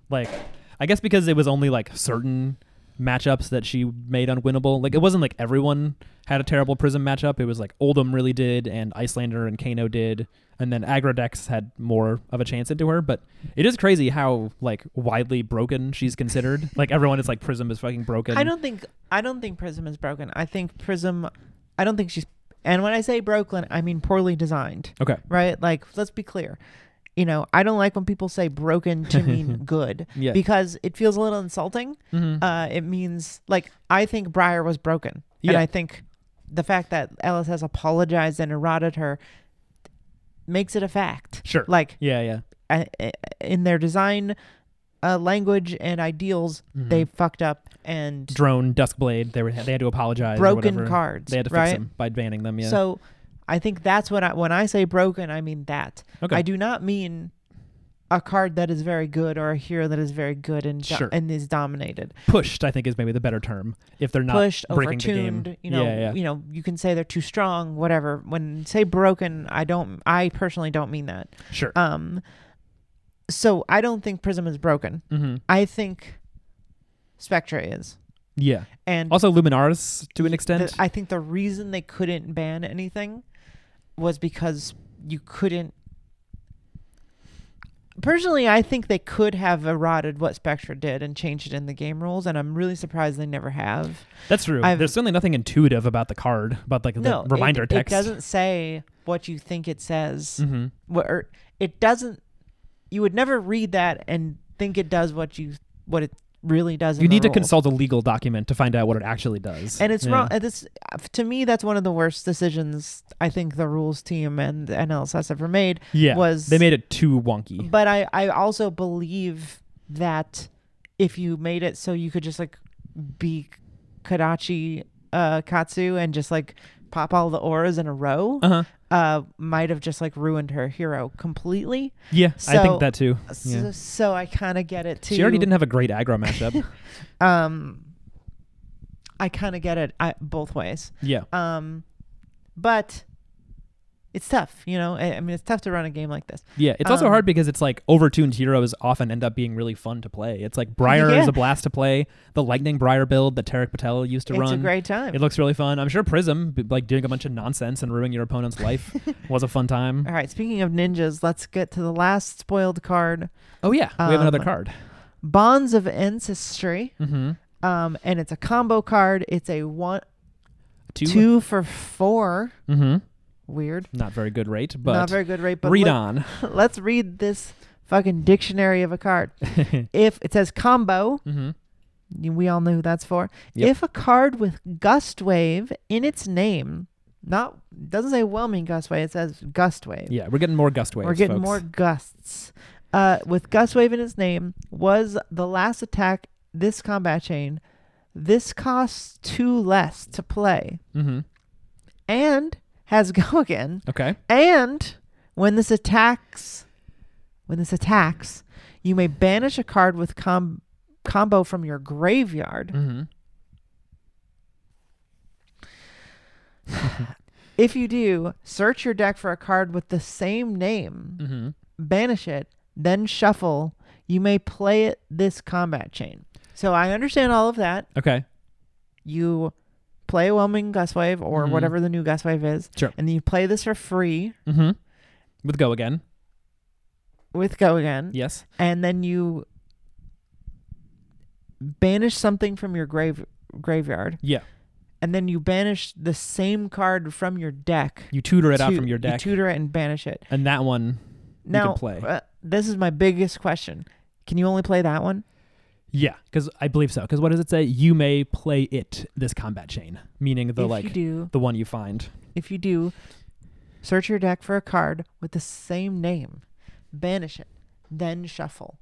Speaker 2: like I guess because it was only like certain matchups that she made unwinnable. Like it wasn't like everyone had a terrible Prism matchup. It was like Oldham really did, and Icelander and Kano did, and then Agrodex had more of a chance into her. But it is crazy how like widely broken she's considered. like everyone is like Prism is fucking broken.
Speaker 1: I don't think I don't think Prism is broken. I think Prism I don't think she's and when I say broken, I mean poorly designed.
Speaker 2: Okay.
Speaker 1: Right? Like let's be clear. You know, I don't like when people say broken to mean good
Speaker 2: Yeah.
Speaker 1: because it feels a little insulting.
Speaker 2: Mhm.
Speaker 1: Uh, it means like I think Briar was broken, and
Speaker 2: Yeah.
Speaker 1: I think the fact that Ellis has apologized and eroded her makes it a fact.
Speaker 2: sure.
Speaker 1: Like
Speaker 2: yeah. Yeah.
Speaker 1: I- I- in their design uh, language and ideals,
Speaker 2: Mhm.
Speaker 1: they fucked up and
Speaker 2: drone Duskblade. They were they had to apologize. or
Speaker 1: broken
Speaker 2: whatever.
Speaker 1: cards.
Speaker 2: They had to fix
Speaker 1: right?
Speaker 2: them by banning them. Yeah.
Speaker 1: So I think that's what I when I say broken, I mean that.
Speaker 2: Okay.
Speaker 1: I do not mean a card that is very good or a hero that is very good and do-
Speaker 2: Sure.
Speaker 1: and is dominated.
Speaker 2: pushed, I think, is maybe the better term. If they're not
Speaker 1: Pushed,
Speaker 2: breaking the game,
Speaker 1: overtuned, you know,
Speaker 2: yeah, yeah.
Speaker 1: you know, you can say they're too strong, whatever. When say broken, I don't I personally don't mean that.
Speaker 2: sure.
Speaker 1: Um so I don't think Prism is broken.
Speaker 2: mm-hmm.
Speaker 1: I think Spectra is.
Speaker 2: Yeah.
Speaker 1: And
Speaker 2: Also, Luminaris to an
Speaker 1: y- the-
Speaker 2: extent.
Speaker 1: I think the reason they couldn't ban anything was because you couldn't. Personally, I think they could have eroded what Spectre did and changed it in the game rules, and I'm really surprised they never have.
Speaker 2: That's true.
Speaker 1: I've-
Speaker 2: There's certainly nothing intuitive about the card, about like the
Speaker 1: no, it-
Speaker 2: reminder
Speaker 1: it,
Speaker 2: text.
Speaker 1: doesn't say what you think it says.
Speaker 2: hmm
Speaker 1: Wh- or it doesn't. You would never read that and think it does what you what it really does.
Speaker 2: You
Speaker 1: in the
Speaker 2: need to
Speaker 1: rules.
Speaker 2: consult a legal document to find out what it actually does.
Speaker 1: And it's
Speaker 2: Yeah.
Speaker 1: wrong. This, to me, that's one of the worst decisions I think the rules team and the NLSS ever made.
Speaker 2: Yeah.
Speaker 1: was- Mm-hmm.
Speaker 2: they made it too wonky?
Speaker 1: But I, I also believe that if you made it so you could just like be Kadachi uh, Katsu and just like pop all the auras in a row,
Speaker 2: Uh huh.
Speaker 1: uh, might have just like ruined her hero completely.
Speaker 2: Yeah, I
Speaker 1: So-
Speaker 2: think that too.
Speaker 1: So,
Speaker 2: Yeah.
Speaker 1: so I kind of get it too.
Speaker 2: She already didn't have a great aggro matchup.
Speaker 1: Um, I kind of get it I, both ways.
Speaker 2: yeah.
Speaker 1: Um, but it's tough, you know. I, I mean, it's tough to run a game like this.
Speaker 2: Yeah, it's also
Speaker 1: Um,
Speaker 2: hard because it's like overtuned heroes often end up being really fun to play. It's like Briar is
Speaker 1: Yeah.
Speaker 2: a blast to play. The Lightning Briar build that Tarek Patel used to
Speaker 1: it's
Speaker 2: run.
Speaker 1: a great time.
Speaker 2: it looks really fun. I'm sure Prism, b- like doing a bunch of nonsense and ruining your opponent's life, was a fun time.
Speaker 1: All right. Speaking of ninjas, let's get to the last spoiled card,
Speaker 2: Oh yeah, we have another
Speaker 1: Um,
Speaker 2: card.
Speaker 1: Bonds of Ancestry.
Speaker 2: Mm-hmm.
Speaker 1: Um, and it's a combo card. It's a one
Speaker 2: 2
Speaker 1: two for four.
Speaker 2: Mm-hmm.
Speaker 1: Weird.
Speaker 2: Not very good rate, but
Speaker 1: Not very good rate. But
Speaker 2: read
Speaker 1: let-
Speaker 2: on.
Speaker 1: let's read this fucking dictionary of a card. if it says combo,
Speaker 2: mm-hmm.
Speaker 1: we all know who that's for.
Speaker 2: Yep.
Speaker 1: If a card with gust wave in its name, not doesn't say whelming gust wave, it says gust wave.
Speaker 2: Yeah, we're getting more gust waves.
Speaker 1: We're getting
Speaker 2: folks.
Speaker 1: more gusts. Uh, with gust wave in its name, was the last attack this combat chain. This costs two less to play,
Speaker 2: Mm-hmm.
Speaker 1: and has go again.
Speaker 2: Okay.
Speaker 1: And when this attacks, when this attacks, you may banish a card with com- combo from your graveyard.
Speaker 2: Mm-hmm.
Speaker 1: If you do, search your deck for a card with the same name,
Speaker 2: Mm-hmm.
Speaker 1: banish it, then shuffle. You may play it this combat chain. So I understand all of that.
Speaker 2: Okay.
Speaker 1: You play a whelming gust wave or
Speaker 2: Mhm.
Speaker 1: whatever the new gust wave is,
Speaker 2: Sure.
Speaker 1: and then you play this for free
Speaker 2: Mm-hmm. With go again.
Speaker 1: with go again,
Speaker 2: Yes.
Speaker 1: and then you banish something from your grave graveyard,
Speaker 2: Yeah.
Speaker 1: and then you banish the same card from your deck.
Speaker 2: You tutor it out
Speaker 1: to-
Speaker 2: from your deck,
Speaker 1: You tutor it and banish it.
Speaker 2: and that one you
Speaker 1: Now,
Speaker 2: can play.
Speaker 1: Uh, this is my biggest question. Can you only play that one?
Speaker 2: Yeah, because I believe so. Because what does it say? You may play it this combat chain, meaning the
Speaker 1: if you
Speaker 2: like
Speaker 1: do,
Speaker 2: the one you find.
Speaker 1: if you do, search your deck for a card with the same name, banish it, then shuffle.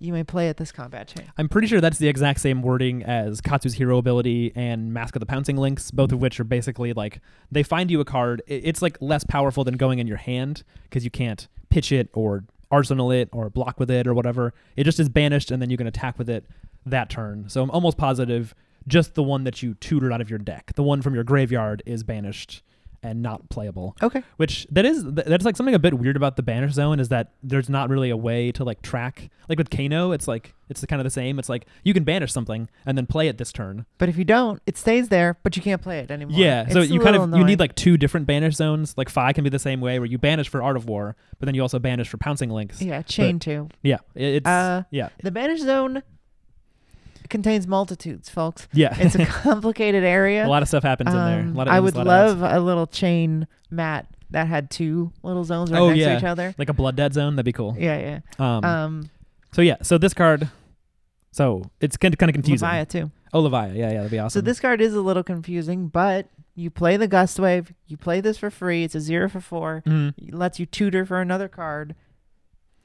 Speaker 1: You may play it this combat chain.
Speaker 2: I'm pretty sure that's the exact same wording as Katsu's hero ability and Mask of the Pouncing Lynx, both of which are basically like they find you a card. i- It's like less powerful than going in your hand because you can't pitch it or arsenal it or block with it or whatever. It just is banished, and then you can attack with it that turn. So I'm almost positive just the one that you tutored out of your deck, the one from your graveyard, is banished and not playable.
Speaker 1: Okay.
Speaker 2: Which that is th- that's like something a bit weird about the Banner Zone is that there's not really a way to like track. Like with Kano, it's like it's kind of the same. It's like you can banish something and then play it this turn.
Speaker 1: But if you don't, it stays there, but you can't play it anymore.
Speaker 2: Yeah, so
Speaker 1: It's a
Speaker 2: you kind of
Speaker 1: little
Speaker 2: you
Speaker 1: annoying.
Speaker 2: need like two different banish zones. Like Fi can be the same way, where you banish for Art of War, but then you also banish for Pouncing Links.
Speaker 1: yeah, chain two.
Speaker 2: Yeah, i- it's
Speaker 1: Uh,
Speaker 2: yeah,
Speaker 1: The banish zone contains multitudes, folks.
Speaker 2: yeah.
Speaker 1: It's a complicated area.
Speaker 2: a lot of stuff happens in there.
Speaker 1: Um,
Speaker 2: A lot of
Speaker 1: I
Speaker 2: ins,
Speaker 1: would
Speaker 2: a lot of outs.
Speaker 1: love a little chain mat that had two little zones right
Speaker 2: Oh,
Speaker 1: next
Speaker 2: yeah.
Speaker 1: to each other.
Speaker 2: like a Blood Dead zone. That'd be cool.
Speaker 1: Yeah,
Speaker 2: Um,
Speaker 1: yeah. Um,
Speaker 2: so yeah, so this card. So it's kind of kind of confusing.
Speaker 1: Leviah too.
Speaker 2: Oh, Leviah. Yeah, yeah, that'd be
Speaker 1: So
Speaker 2: awesome.
Speaker 1: this card is a little confusing, but you play the gust wave. You play this for free. It's a zero for four.
Speaker 2: Mhm.
Speaker 1: It lets you tutor for another card,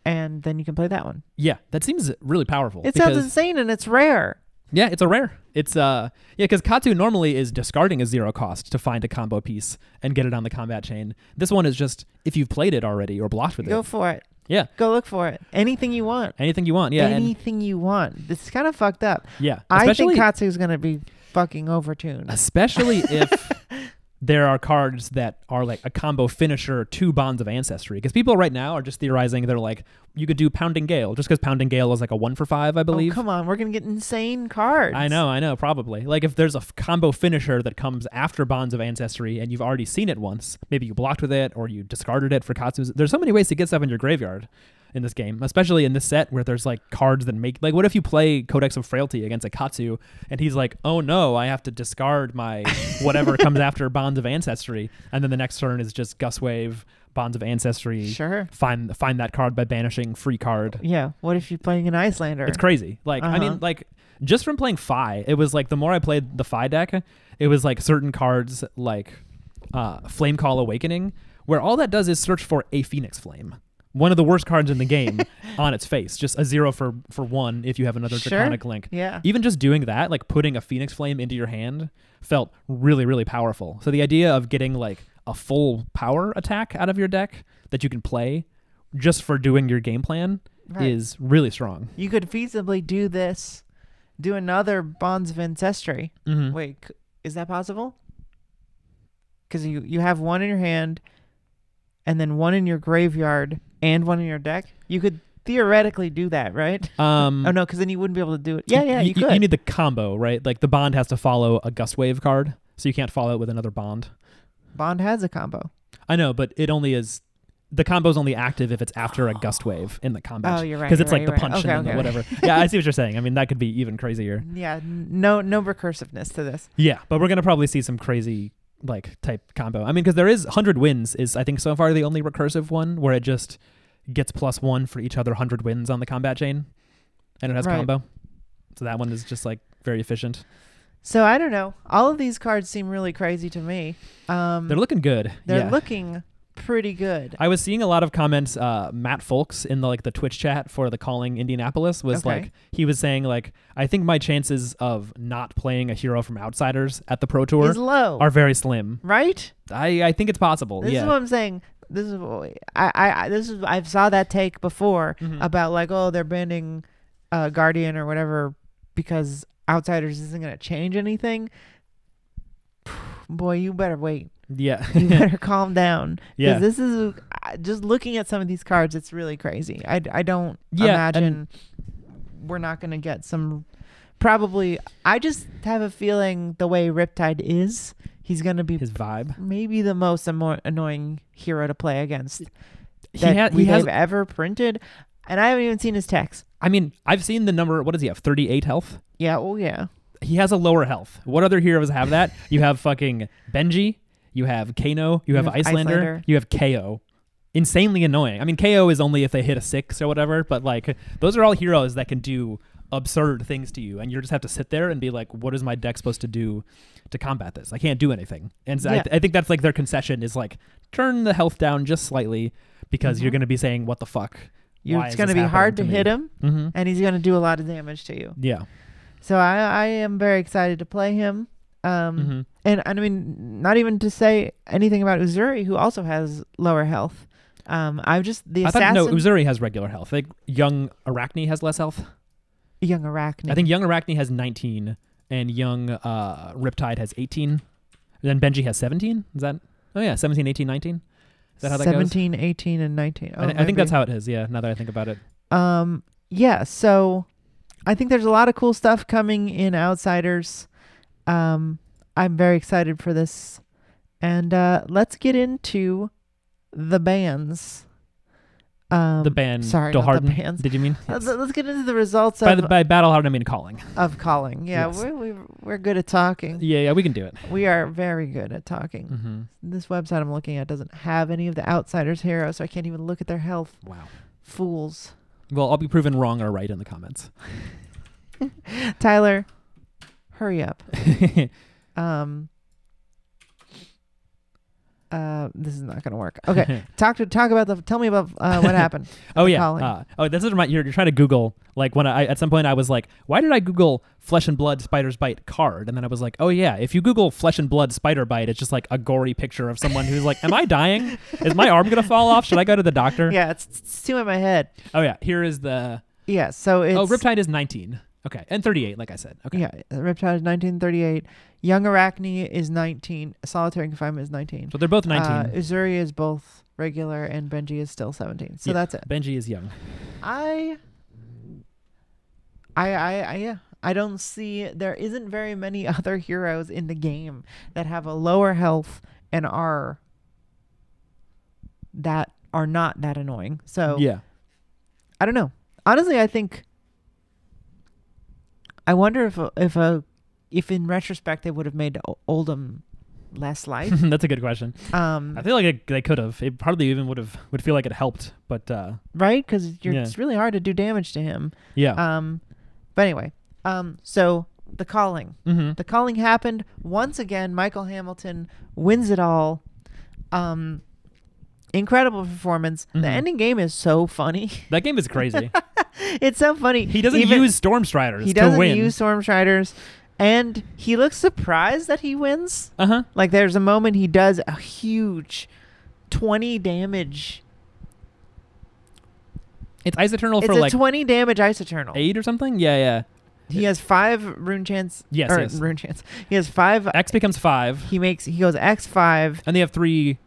Speaker 1: and then you can play that one.
Speaker 2: Yeah, that seems really powerful.
Speaker 1: It
Speaker 2: because,
Speaker 1: sounds insane and it's rare.
Speaker 2: yeah, it's a rare. It's uh yeah, because Katu normally is discarding a zero cost to find a combo piece and get it on the combat chain. This one is just if you've played it already or blocked with
Speaker 1: Go
Speaker 2: it.
Speaker 1: for it.
Speaker 2: Yeah.
Speaker 1: Go look for it. Anything you want.
Speaker 2: Anything you want. Yeah. and,
Speaker 1: Anything you want. This is kind of fucked up.
Speaker 2: yeah.
Speaker 1: I think
Speaker 2: Especially
Speaker 1: Katsu's gonna be fucking overtuned.
Speaker 2: especially if there are cards that are like a combo finisher to Bonds of Ancestry. Because people right now are just theorizing they're like, you could do Pounding Gale, just because Pounding Gale is like a one for five, I
Speaker 1: Oh,
Speaker 2: believe.
Speaker 1: come on, we're gonna get insane cards.
Speaker 2: I know, I know, probably. Like if there's a f- combo finisher that comes after Bonds of Ancestry and you've already seen it once, maybe you blocked with it or you discarded it for Katsu's. There's so many ways to get stuff in your graveyard in this game, especially in this set where there's like cards that make like what if you play Codex of Frailty against a Katsu and he's like, "Oh no, I have to discard my whatever comes after Bonds of Ancestry." And then the next turn is just Gus Wave, Bonds of Ancestry.
Speaker 1: Sure.
Speaker 2: Find find that card by banishing free card.
Speaker 1: Yeah. What if you're playing an Icelander?
Speaker 2: It's crazy. Like I
Speaker 1: Uh-huh.
Speaker 2: mean, like just from playing Fi, it was like the more I played the Fi deck, it was like certain cards like uh, Flame Call Awakening, where all that does is search for a Phoenix Flame, one of the worst cards in the game on its face, just a zero for for one if you have another
Speaker 1: Sure.
Speaker 2: Draconic Link.
Speaker 1: yeah.
Speaker 2: Even just doing that, like putting a Phoenix Flame into your hand, felt really really powerful. So the idea of getting like a full power attack out of your deck that you can play just for doing your game plan
Speaker 1: Right.
Speaker 2: is really strong.
Speaker 1: You could feasibly do this, do another Bonds of Ancestry.
Speaker 2: Mhm.
Speaker 1: Wait, c- is that possible? Because you you have one in your hand, and then one in your graveyard, and one in your deck. You could theoretically do that, right?
Speaker 2: Um,
Speaker 1: Oh no, because then you wouldn't be able to do it. Yeah, yeah,
Speaker 2: y-
Speaker 1: you,
Speaker 2: y-
Speaker 1: could.
Speaker 2: need the combo, right? Like the bond has to follow a gust wave card, so you can't follow it with another bond.
Speaker 1: Bond has a combo.
Speaker 2: I know, but it only is the combo's only active if it's after a gust wave in the combat.
Speaker 1: Oh, you're right,
Speaker 2: Because it's
Speaker 1: you're
Speaker 2: like
Speaker 1: right,
Speaker 2: the
Speaker 1: you're right.
Speaker 2: punch
Speaker 1: Okay,
Speaker 2: and then
Speaker 1: okay.
Speaker 2: the whatever. yeah, I see what you're saying. I mean, that could be even crazier.
Speaker 1: Yeah, n- no, no recursiveness to this.
Speaker 2: Yeah, but we're gonna probably see some crazy like type combo. I mean, because there is hundred wins is I think so far the only recursive one where it just gets plus one for each other hundred wins on the combat chain, and it has
Speaker 1: Right.
Speaker 2: combo. So that one is just like very efficient.
Speaker 1: So I don't know. All of these cards seem really crazy to me. Um,
Speaker 2: They're looking good.
Speaker 1: they're
Speaker 2: yeah.
Speaker 1: looking pretty good.
Speaker 2: I was seeing a lot of comments. Uh, Matt Folks in the like the Twitch chat for the calling Indianapolis was
Speaker 1: Okay.
Speaker 2: like he was saying like I think my chances of not playing a hero from Outsiders at the Pro Tour
Speaker 1: Is low,
Speaker 2: are very slim.
Speaker 1: right?
Speaker 2: I I think it's possible.
Speaker 1: This is
Speaker 2: Oh, yeah.
Speaker 1: what I'm saying. This is what we- I, I I- this is I've saw that take before
Speaker 2: Mhm.
Speaker 1: about like oh they're banning uh, Guardian or whatever because Outsiders isn't gonna change anything. Boy, you better wait. You
Speaker 2: yeah.
Speaker 1: better calm down. 'Cause
Speaker 2: Yeah.
Speaker 1: This is I- just looking at some of these cards. It's really crazy. I I don't
Speaker 2: Yeah,
Speaker 1: imagine we're not gonna get some. Probably, I just have a feeling the way Riptide is, he's gonna be
Speaker 2: His vibe.
Speaker 1: maybe the most amo- annoying hero to play against
Speaker 2: He,
Speaker 1: that
Speaker 2: ha-
Speaker 1: we
Speaker 2: he has.
Speaker 1: have ever printed, and I haven't even seen his text.
Speaker 2: I mean, I've seen the number. What does he have? Thirty-eight health.
Speaker 1: Yeah, oh yeah,
Speaker 2: He has a lower health. What other heroes have that? you have fucking Benji. You have Kano. You, have, Icelander,
Speaker 1: Icelander.
Speaker 2: You have KO. Insanely annoying. I mean, KO is only if they hit a six or whatever, but like those are all heroes that can do absurd things to you, and you just have to sit there and be like, "What is my deck supposed to do to combat this? I can't do anything." And so I,
Speaker 1: Yeah.
Speaker 2: I think that's like their concession is like turn the health down just slightly because you're
Speaker 1: Mhm.
Speaker 2: going to be saying, "What the fuck?"
Speaker 1: you
Speaker 2: Why
Speaker 1: it's
Speaker 2: is
Speaker 1: going to be
Speaker 2: this happening
Speaker 1: hard
Speaker 2: to
Speaker 1: to
Speaker 2: me?
Speaker 1: hit him,
Speaker 2: Mm-hmm.
Speaker 1: and he's going to do a lot of damage to you.
Speaker 2: Yeah.
Speaker 1: So I I am very excited to play him. Um,
Speaker 2: hmm
Speaker 1: and, and I mean, not even to say anything about Uzuri, who also has lower health. Um, I've just the
Speaker 2: I thought
Speaker 1: assassin,
Speaker 2: no, Uzuri has regular health. Like young Arachne has less health.
Speaker 1: young Arachne.
Speaker 2: I think young Arachne has 19 and young uh, Riptide has 18. And then Benji has 17. Is that Oh yeah, 17, 18, 19. Is that how that
Speaker 1: 17, 18, and 19.
Speaker 2: goes?
Speaker 1: Oh,
Speaker 2: I, I think that's
Speaker 1: maybe.
Speaker 2: how it is. Yeah. Now that I think about it.
Speaker 1: Um, yeah, so I think there's a lot of cool stuff coming in Outsiders. Um, I'm very excited for this. And uh, let's get into the bands. Um,
Speaker 2: the band.
Speaker 1: sorry,
Speaker 2: Bill
Speaker 1: not the
Speaker 2: Harden.
Speaker 1: bands.
Speaker 2: Did you mean?
Speaker 1: Let's,
Speaker 2: Yes.
Speaker 1: let's get into the results
Speaker 2: By
Speaker 1: of,
Speaker 2: the by, battle hard I mean calling.
Speaker 1: of calling. Yeah,
Speaker 2: Yes.
Speaker 1: we're, we, we're good at talking.
Speaker 2: Yeah, yeah, we can do it.
Speaker 1: We are very good at talking.
Speaker 2: Mm-hmm.
Speaker 1: This website I'm looking at doesn't have any of the Outsiders heroes, so I can't even look at their health.
Speaker 2: Wow.
Speaker 1: Fools.
Speaker 2: Well, I'll be proven wrong or right in the comments.
Speaker 1: Tyler, hurry up.
Speaker 2: okay.
Speaker 1: Um, uh, this is not gonna work. Okay, talk to talk about the. Tell me about uh, what happened.
Speaker 2: Oh
Speaker 1: the
Speaker 2: yeah.
Speaker 1: calling.
Speaker 2: Uh, oh, this is my. You're, you're trying to Google like when I at some point I was like, why did I Google flesh and blood spiders bite card? And then I was like, oh yeah, if you Google flesh and blood spider bite, it's just like a gory picture of someone who's like, am I dying? Is my arm gonna fall off? Should I go to the doctor?
Speaker 1: Yeah, it's, it's two in my head.
Speaker 2: Oh yeah. Here is the.
Speaker 1: Yeah, so it's
Speaker 2: oh, Riptide is 19. Okay, and 38, like I said. Okay.
Speaker 1: yeah, Riptide is 1938. Young Arachne is 19. Solitary confinement is 19.
Speaker 2: So they're both 19.
Speaker 1: Uh, Uzuri is both regular, and Benji is still 17. So
Speaker 2: Yeah.
Speaker 1: that's it.
Speaker 2: Benji is young.
Speaker 1: I, I, I, I, yeah. I don't see there isn't very many other heroes in the game that have a lower health and are that are not that annoying. So
Speaker 2: Yeah.
Speaker 1: I don't know. Honestly, I think I wonder if a, if a if in retrospect they would have made O- Oldham less life.
Speaker 2: That's a good question.
Speaker 1: um,
Speaker 2: I feel like it, they could have. It hardly even would have would feel like it helped, but uh,
Speaker 1: right? Because you're
Speaker 2: Yeah.
Speaker 1: it's really hard to do damage to him.
Speaker 2: yeah.
Speaker 1: Um, but anyway, um, so the calling.
Speaker 2: mm-hmm.
Speaker 1: The calling happened once again. Michael Hamilton wins it all. Um, incredible performance.
Speaker 2: Mhm.
Speaker 1: The ending game is so funny.
Speaker 2: That game is crazy.
Speaker 1: it's so funny.
Speaker 2: he doesn't
Speaker 1: Even-
Speaker 2: use Storm Striders
Speaker 1: he
Speaker 2: to
Speaker 1: doesn't
Speaker 2: win.
Speaker 1: use Stormstriders, and he looks surprised that he wins.
Speaker 2: uh huh.
Speaker 1: Like there's a moment he does a huge twenty damage.
Speaker 2: It's Isoternal
Speaker 1: It's
Speaker 2: Oh, for
Speaker 1: a
Speaker 2: like
Speaker 1: twenty damage isoternal.
Speaker 2: eight or something. Yeah, yeah.
Speaker 1: He has five rune chance.
Speaker 2: Yes,
Speaker 1: or
Speaker 2: yes.
Speaker 1: rune chance. He has five
Speaker 2: X becomes five,
Speaker 1: he makes he goes X five.
Speaker 2: and they have three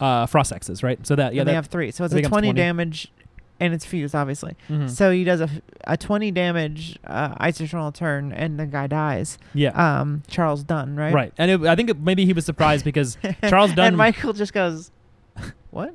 Speaker 2: uh, Frost X's, right? So that yeah,
Speaker 1: and they
Speaker 2: that,
Speaker 1: have three, so it's
Speaker 2: I
Speaker 1: a
Speaker 2: think I'm
Speaker 1: twenty,
Speaker 2: 20.
Speaker 1: damage, and it's fused obviously.
Speaker 2: mhm.
Speaker 1: So he does a, f- a twenty damage uh, isotronal turn, and the guy dies.
Speaker 2: yeah,
Speaker 1: Um, Charles Dunn, right?
Speaker 2: right. And it, I think it, maybe he was surprised because Charles Dunn.
Speaker 1: and Michael just goes, "What?"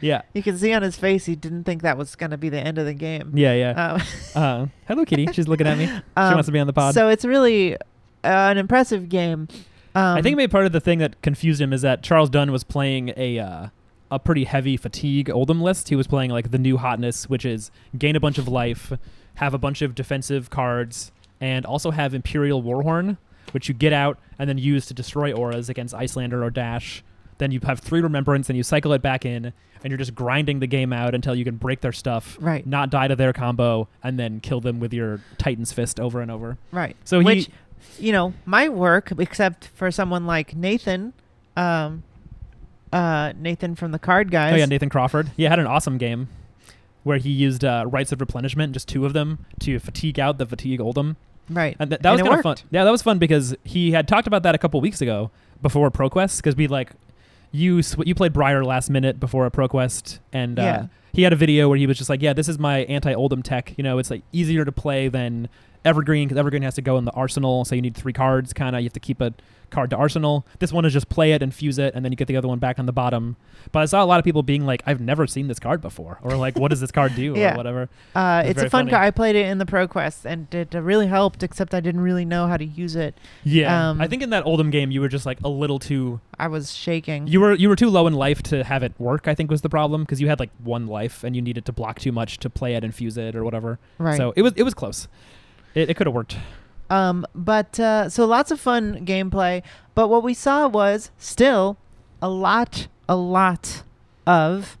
Speaker 2: yeah,
Speaker 1: You can see on his face he didn't think that was going to be the end of the game.
Speaker 2: yeah, yeah.
Speaker 1: Um,
Speaker 2: uh, hello, Kitty. She's looking at me. She
Speaker 1: um,
Speaker 2: wants to be on the pod.
Speaker 1: So it's really uh, an impressive game. Um,
Speaker 2: I think maybe part of the thing that confused him is that Charles Dunn was playing a uh, a pretty heavy fatigue Oldham list. He was playing like the new hotness, which is gain a bunch of life, have a bunch of defensive cards, and also have Imperial Warhorn, which you get out and then use to destroy auras against Icelander or Dash. Then you have three remembrance, and you cycle it back in, and you're just grinding the game out until you can break their stuff,
Speaker 1: Right.
Speaker 2: Not die to their combo, and then kill them with your Titan's fist over and over.
Speaker 1: right.
Speaker 2: So he,
Speaker 1: which you know might work except for someone like nathan um uh nathan from the card guys
Speaker 2: Oh yeah, Nathan Crawford. Yeah, had an awesome game where he used uh, rites of replenishment, just two of them, to fatigue out the fatigue Oldham,
Speaker 1: right
Speaker 2: and th- that was
Speaker 1: And it
Speaker 2: kind of fun.
Speaker 1: worked.
Speaker 2: Yeah, that was fun because he had talked about that a couple weeks ago before ProQuest because we like you sw- you played Briar last minute before a ProQuest, and uh,
Speaker 1: Yeah.
Speaker 2: he had a video where he was just like, "Yeah, this is my anti Oldham tech. You know, it's like easier to play than." Evergreen, because Evergreen has to go in the arsenal, so you need three cards. Kind of, you have to keep a card to arsenal. This one is just play it, infuse it, and then you get the other one back on the bottom. But I saw a lot of people being like, "I've never seen this card before," or like, "What does this card do?"
Speaker 1: Yeah.
Speaker 2: or whatever.
Speaker 1: uh
Speaker 2: That's
Speaker 1: it's a
Speaker 2: very
Speaker 1: fun
Speaker 2: funny.
Speaker 1: card i played it in the proquest and it uh, really helped except i didn't really know how to use it
Speaker 2: Yeah,
Speaker 1: Um,
Speaker 2: I think in that Oldham game, you were just like a little too.
Speaker 1: i was shaking
Speaker 2: You were you were too low in life to have it work. I think was the problem because you had like one life and you needed to block too much to play it, infuse it, or whatever.
Speaker 1: right
Speaker 2: So it was it was close. It, it could have worked.
Speaker 1: um but uh so lots of fun gameplay but what we saw was still a lot a lot of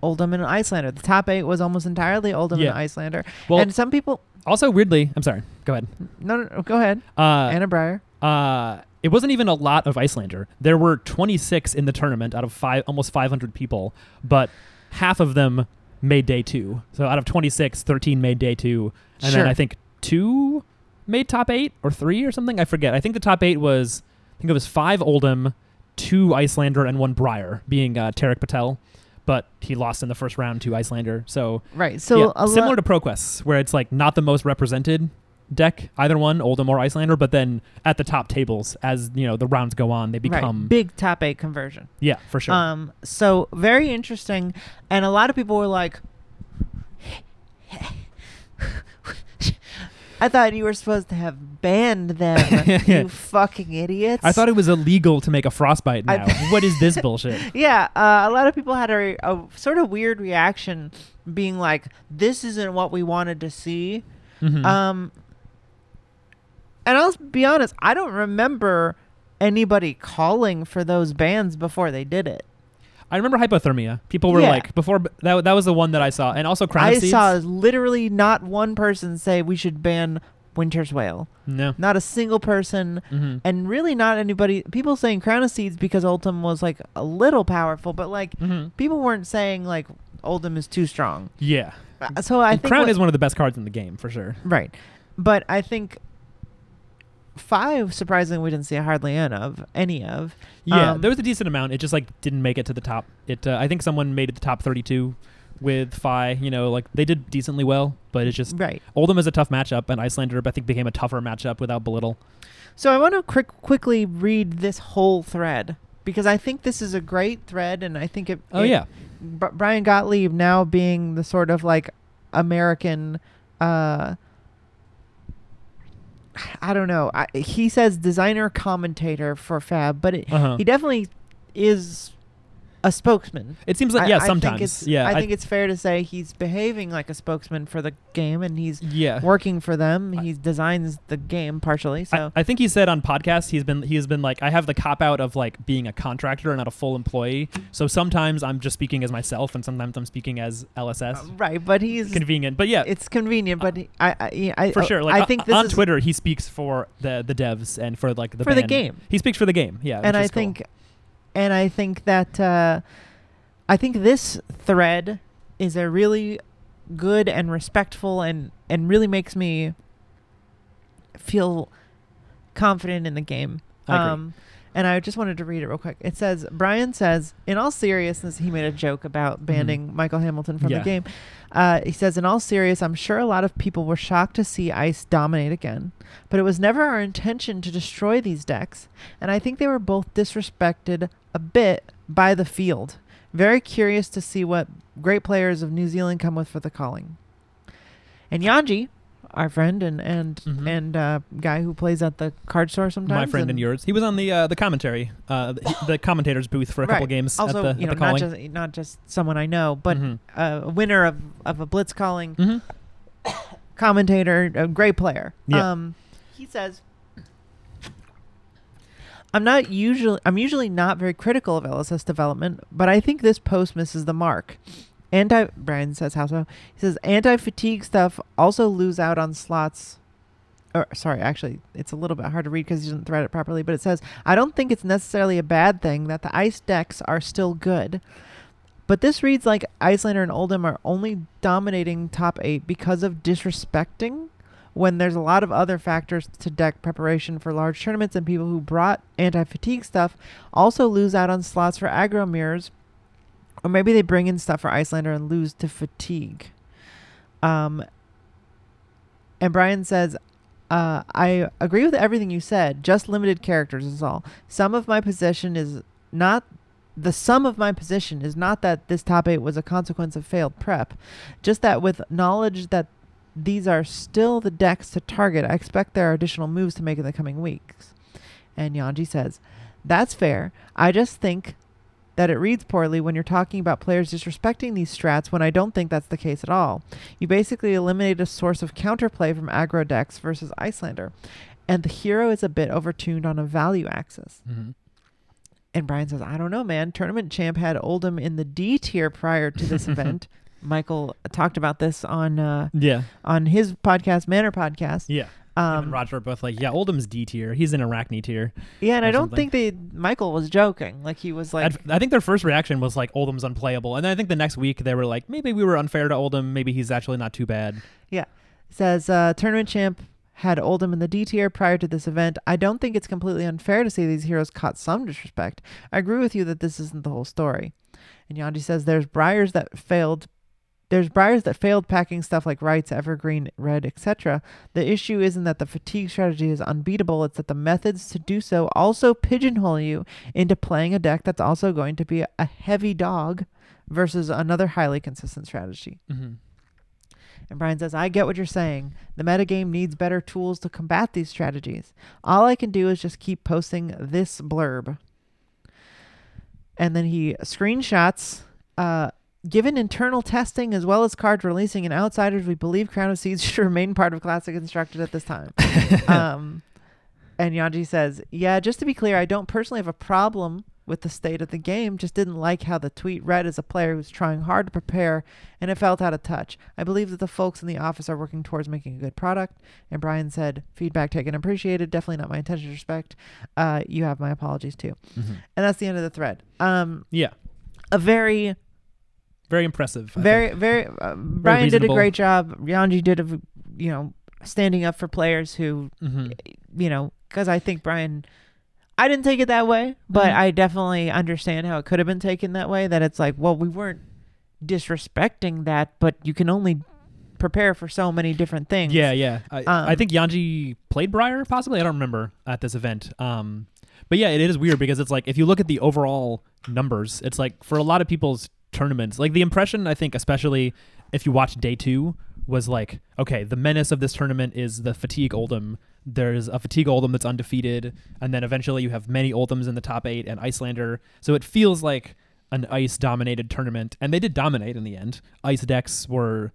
Speaker 1: Oldham and Icelander. The top eight was almost entirely Oldham
Speaker 2: Yeah.
Speaker 1: and Icelander.
Speaker 2: Well,
Speaker 1: and some people,
Speaker 2: also weirdly, I'm sorry. Go ahead.
Speaker 1: no, no, no go ahead.
Speaker 2: Uh,
Speaker 1: Anna Breyer.
Speaker 2: uh, it wasn't even a lot of Icelander. There were 26 in the tournament out of five, almost 500 people, but half of them made day two. So out of 26, 13 made day two, and
Speaker 1: Sure.
Speaker 2: then I think two made top eight or three or something. I forget. I think the top eight was, I think it was five Oldham, two Icelander and one Briar, being uh, Tarek Patel, but he lost in the first round to Icelander. So,
Speaker 1: Right. So
Speaker 2: yeah,
Speaker 1: a lo-
Speaker 2: similar to ProQuest, where it's like not the most represented deck, either one, Oldham or Icelander, but then at the top tables as you know the rounds go on, they
Speaker 1: right,
Speaker 2: become
Speaker 1: big top eight conversion.
Speaker 2: yeah for sure.
Speaker 1: Um, so very interesting, and a lot of people were like, "I thought you were supposed to have banned them, you fucking idiots."
Speaker 2: I thought it was illegal to make a frostbite
Speaker 1: I-
Speaker 2: now. what is this bullshit?
Speaker 1: Yeah, uh, a lot of people had a, a sort of weird reaction, being like, "This isn't what we wanted to see."
Speaker 2: Mhm.
Speaker 1: Um, and I'll be honest, I don't remember anybody calling for those bans before they did it.
Speaker 2: I remember hypothermia. People were
Speaker 1: Yeah.
Speaker 2: like before that. That was the one that I saw, and also crown of
Speaker 1: I
Speaker 2: seeds.
Speaker 1: saw literally not one person say we should ban Winter's Whale.
Speaker 2: no.
Speaker 1: Not a single person,
Speaker 2: Mhm.
Speaker 1: and really not anybody. People saying Crown of Seeds because Oldham was like a little powerful, but like
Speaker 2: Mhm.
Speaker 1: people weren't saying like Oldham is too strong.
Speaker 2: Yeah,
Speaker 1: Uh, So I
Speaker 2: And
Speaker 1: think
Speaker 2: crown
Speaker 1: what-
Speaker 2: is one of the best cards in the game for sure.
Speaker 1: right, but I think five surprisingly we didn't see hardly any of any of.
Speaker 2: Yeah,
Speaker 1: Um,
Speaker 2: there was a decent amount. It just like didn't make it to the top. It uh, I think someone made it to top 32 with Phi. You know, like they did decently well, but it's just
Speaker 1: right.
Speaker 2: Oldham is a tough matchup, and Icelander I think became a tougher matchup without Belittle.
Speaker 1: So I want to quick quickly read this whole thread because I think this is a great thread, and I think it.
Speaker 2: Oh
Speaker 1: it-
Speaker 2: yeah,
Speaker 1: B- Brian Gottlieb now being the sort of like American uh I don't know. I, he says designer commentator for Fab, but it,
Speaker 2: Uh-huh.
Speaker 1: he definitely is a spokesman.
Speaker 2: it seems like
Speaker 1: I-
Speaker 2: yeah.
Speaker 1: I think
Speaker 2: sometimes
Speaker 1: it's-
Speaker 2: yeah,
Speaker 1: I think it's fair to say he's behaving like a spokesman for the game, and he's
Speaker 2: yeah.
Speaker 1: working for them.
Speaker 2: I-
Speaker 1: He designs the game partially.
Speaker 2: I-
Speaker 1: So
Speaker 2: I, think he said on podcast he's been he has been like I have the cop out of like being a contractor and not a full employee. So sometimes I'm just speaking as myself, and sometimes I'm speaking as LSS.
Speaker 1: Uh, right, but he's
Speaker 2: Convenient, but yeah,
Speaker 1: it's convenient. But he, I, I, yeah, I uh,
Speaker 2: for sure. Like
Speaker 1: I
Speaker 2: o-
Speaker 1: think this
Speaker 2: on
Speaker 1: is,
Speaker 2: Twitter, he speaks for the the devs and for like the
Speaker 1: For the
Speaker 2: band.
Speaker 1: game.
Speaker 2: He speaks for the game, yeah.
Speaker 1: and
Speaker 2: which
Speaker 1: I
Speaker 2: is cool.
Speaker 1: think, and I think that uh, I think this thread is a really good and respectful and and really makes me feel confident in the game. Um,
Speaker 2: I agree.
Speaker 1: and I just wanted to read it real quick. It says Brian says, in all seriousness, he made a joke
Speaker 2: Mm-hmm.
Speaker 1: about banning Michael Hamilton from
Speaker 2: Yeah.
Speaker 1: the game. Uh, he says, in all seriousness, I'm sure a lot of people were shocked to see Ice dominate again, but it was never our intention to destroy these decks, and I think they were both disrespected a bit by the field. Very curious to see what great players of New Zealand come with for the calling. And Yanji, our friend and and
Speaker 2: Mhm.
Speaker 1: and uh, guy who plays at the card store sometimes,
Speaker 2: my friend and, yours, he was on the uh, the commentary, uh, the, the commentator's booth for a couple
Speaker 1: Right.
Speaker 2: games
Speaker 1: also
Speaker 2: at the,
Speaker 1: you know
Speaker 2: at the
Speaker 1: not
Speaker 2: calling.
Speaker 1: just not just someone I know, but
Speaker 2: Mhm.
Speaker 1: uh, a winner of of a blitz calling
Speaker 2: Mhm.
Speaker 1: commentator, a great player.
Speaker 2: Yeah.
Speaker 1: Um, he says, "I'm not usually I'm usually not very critical of LSS development, but I think this post misses the mark." Anti Brian says how so? He says anti fatigue stuff also lose out on slots. Or sorry, actually, it's a little bit hard to read because he didn't thread it properly. But it says I don't think it's necessarily a bad thing that the ice decks are still good. But this reads like Icelander and Oldham are only dominating top eight because of disrespecting when there's a lot of other factors to deck preparation for large tournaments, and people who brought anti fatigue stuff also lose out on slots for aggro mirrors, or maybe they bring in stuff for Icelander and lose to fatigue. Um, and Brian says, uh, I agree with everything you said, just limited characters is all. Some of my position is not the sum of my position is not that this top eight was a consequence of failed prep, just that with knowledge that these are still the decks to target, I expect there are additional moves to make in the coming weeks. And Yanji says, That's fair. I just think that it reads poorly when you're talking about players disrespecting these strats when I don't think that's the case at all. You basically eliminate a source of counterplay from aggro decks versus Icelander, and the hero is a bit overtuned on a value axis.
Speaker 2: Mhm.
Speaker 1: And Brian says, I don't know, man. Tournament champ had Oldham in the D tier prior to this event. Michael talked about this on uh,
Speaker 2: Yeah,
Speaker 1: on his podcast, Manor Podcast.
Speaker 2: yeah. Him and
Speaker 1: Um,
Speaker 2: Roger are both like, yeah, Oldham's D tier. He's in Arachne tier.
Speaker 1: yeah, and I
Speaker 2: or
Speaker 1: don't
Speaker 2: something.
Speaker 1: think they Michael was joking. Like he was like,
Speaker 2: At- I think their first reaction was like Oldham's unplayable, and then I think the next week they were like, maybe we were unfair to Oldham. Maybe he's actually not too bad.
Speaker 1: says uh, tournament champ had Oldham in the D tier prior to this event. I don't think it's completely unfair to say these heroes caught some disrespect. I agree with you that this isn't the whole story. And Yandy says there's briars that failed there's briars that failed packing stuff like Wright's, Evergreen, Red, etc. The issue isn't that the fatigue strategy is unbeatable, it's that the methods to do so also pigeonhole you into playing a deck that's also going to be a heavy dog versus another highly consistent strategy.
Speaker 2: Mm-hmm.
Speaker 1: And Brian says, I get what you're saying. The metagame needs better tools to combat these strategies. All I can do is just keep posting this blurb. And then he screenshots. Uh, Given internal testing as well as card releasing and outsiders, we believe Crown of Seeds should remain part of Classic Constructed at this time. um, and Yanji says, Yeah, just to be clear, I don't personally have a problem with the state of the game, just didn't like how the tweet read as a player who's trying hard to prepare and it felt out of touch. I believe that the folks in the office are working towards making a good product. And Brian said, Feedback taken, appreciated. Definitely not my intention to respect. Uh, you have my apologies too. And that's the end of the thread. Um,
Speaker 2: Mm-hmm. Yeah,
Speaker 1: a very
Speaker 2: very impressive. I
Speaker 1: very
Speaker 2: think.
Speaker 1: very uh, Brian did a
Speaker 2: reasonable.
Speaker 1: great job. Yanji did a v- you know standing up for players who
Speaker 2: Mhm.
Speaker 1: you know because I think Brian. I didn't take it that way, but
Speaker 2: Mhm.
Speaker 1: I definitely understand how it could have been taken that way. That it's like, well, we weren't disrespecting that, but you can only prepare for so many different things.
Speaker 2: Yeah, yeah. I, I
Speaker 1: Um,
Speaker 2: think Yanji played Briar, possibly. I don't remember at this event. Um, but yeah, it is weird because it's like if you look at the overall numbers, it's like for a lot of people's tournaments, like the impression I think, especially if you watch day two, was like, okay, the menace of this tournament is the fatigue Oldham. There's a fatigue Oldham that's undefeated, and then eventually you have many Oldhams in the top eight and Icelander. So it feels like an ice dominated tournament, and they did dominate in the end. Ice decks were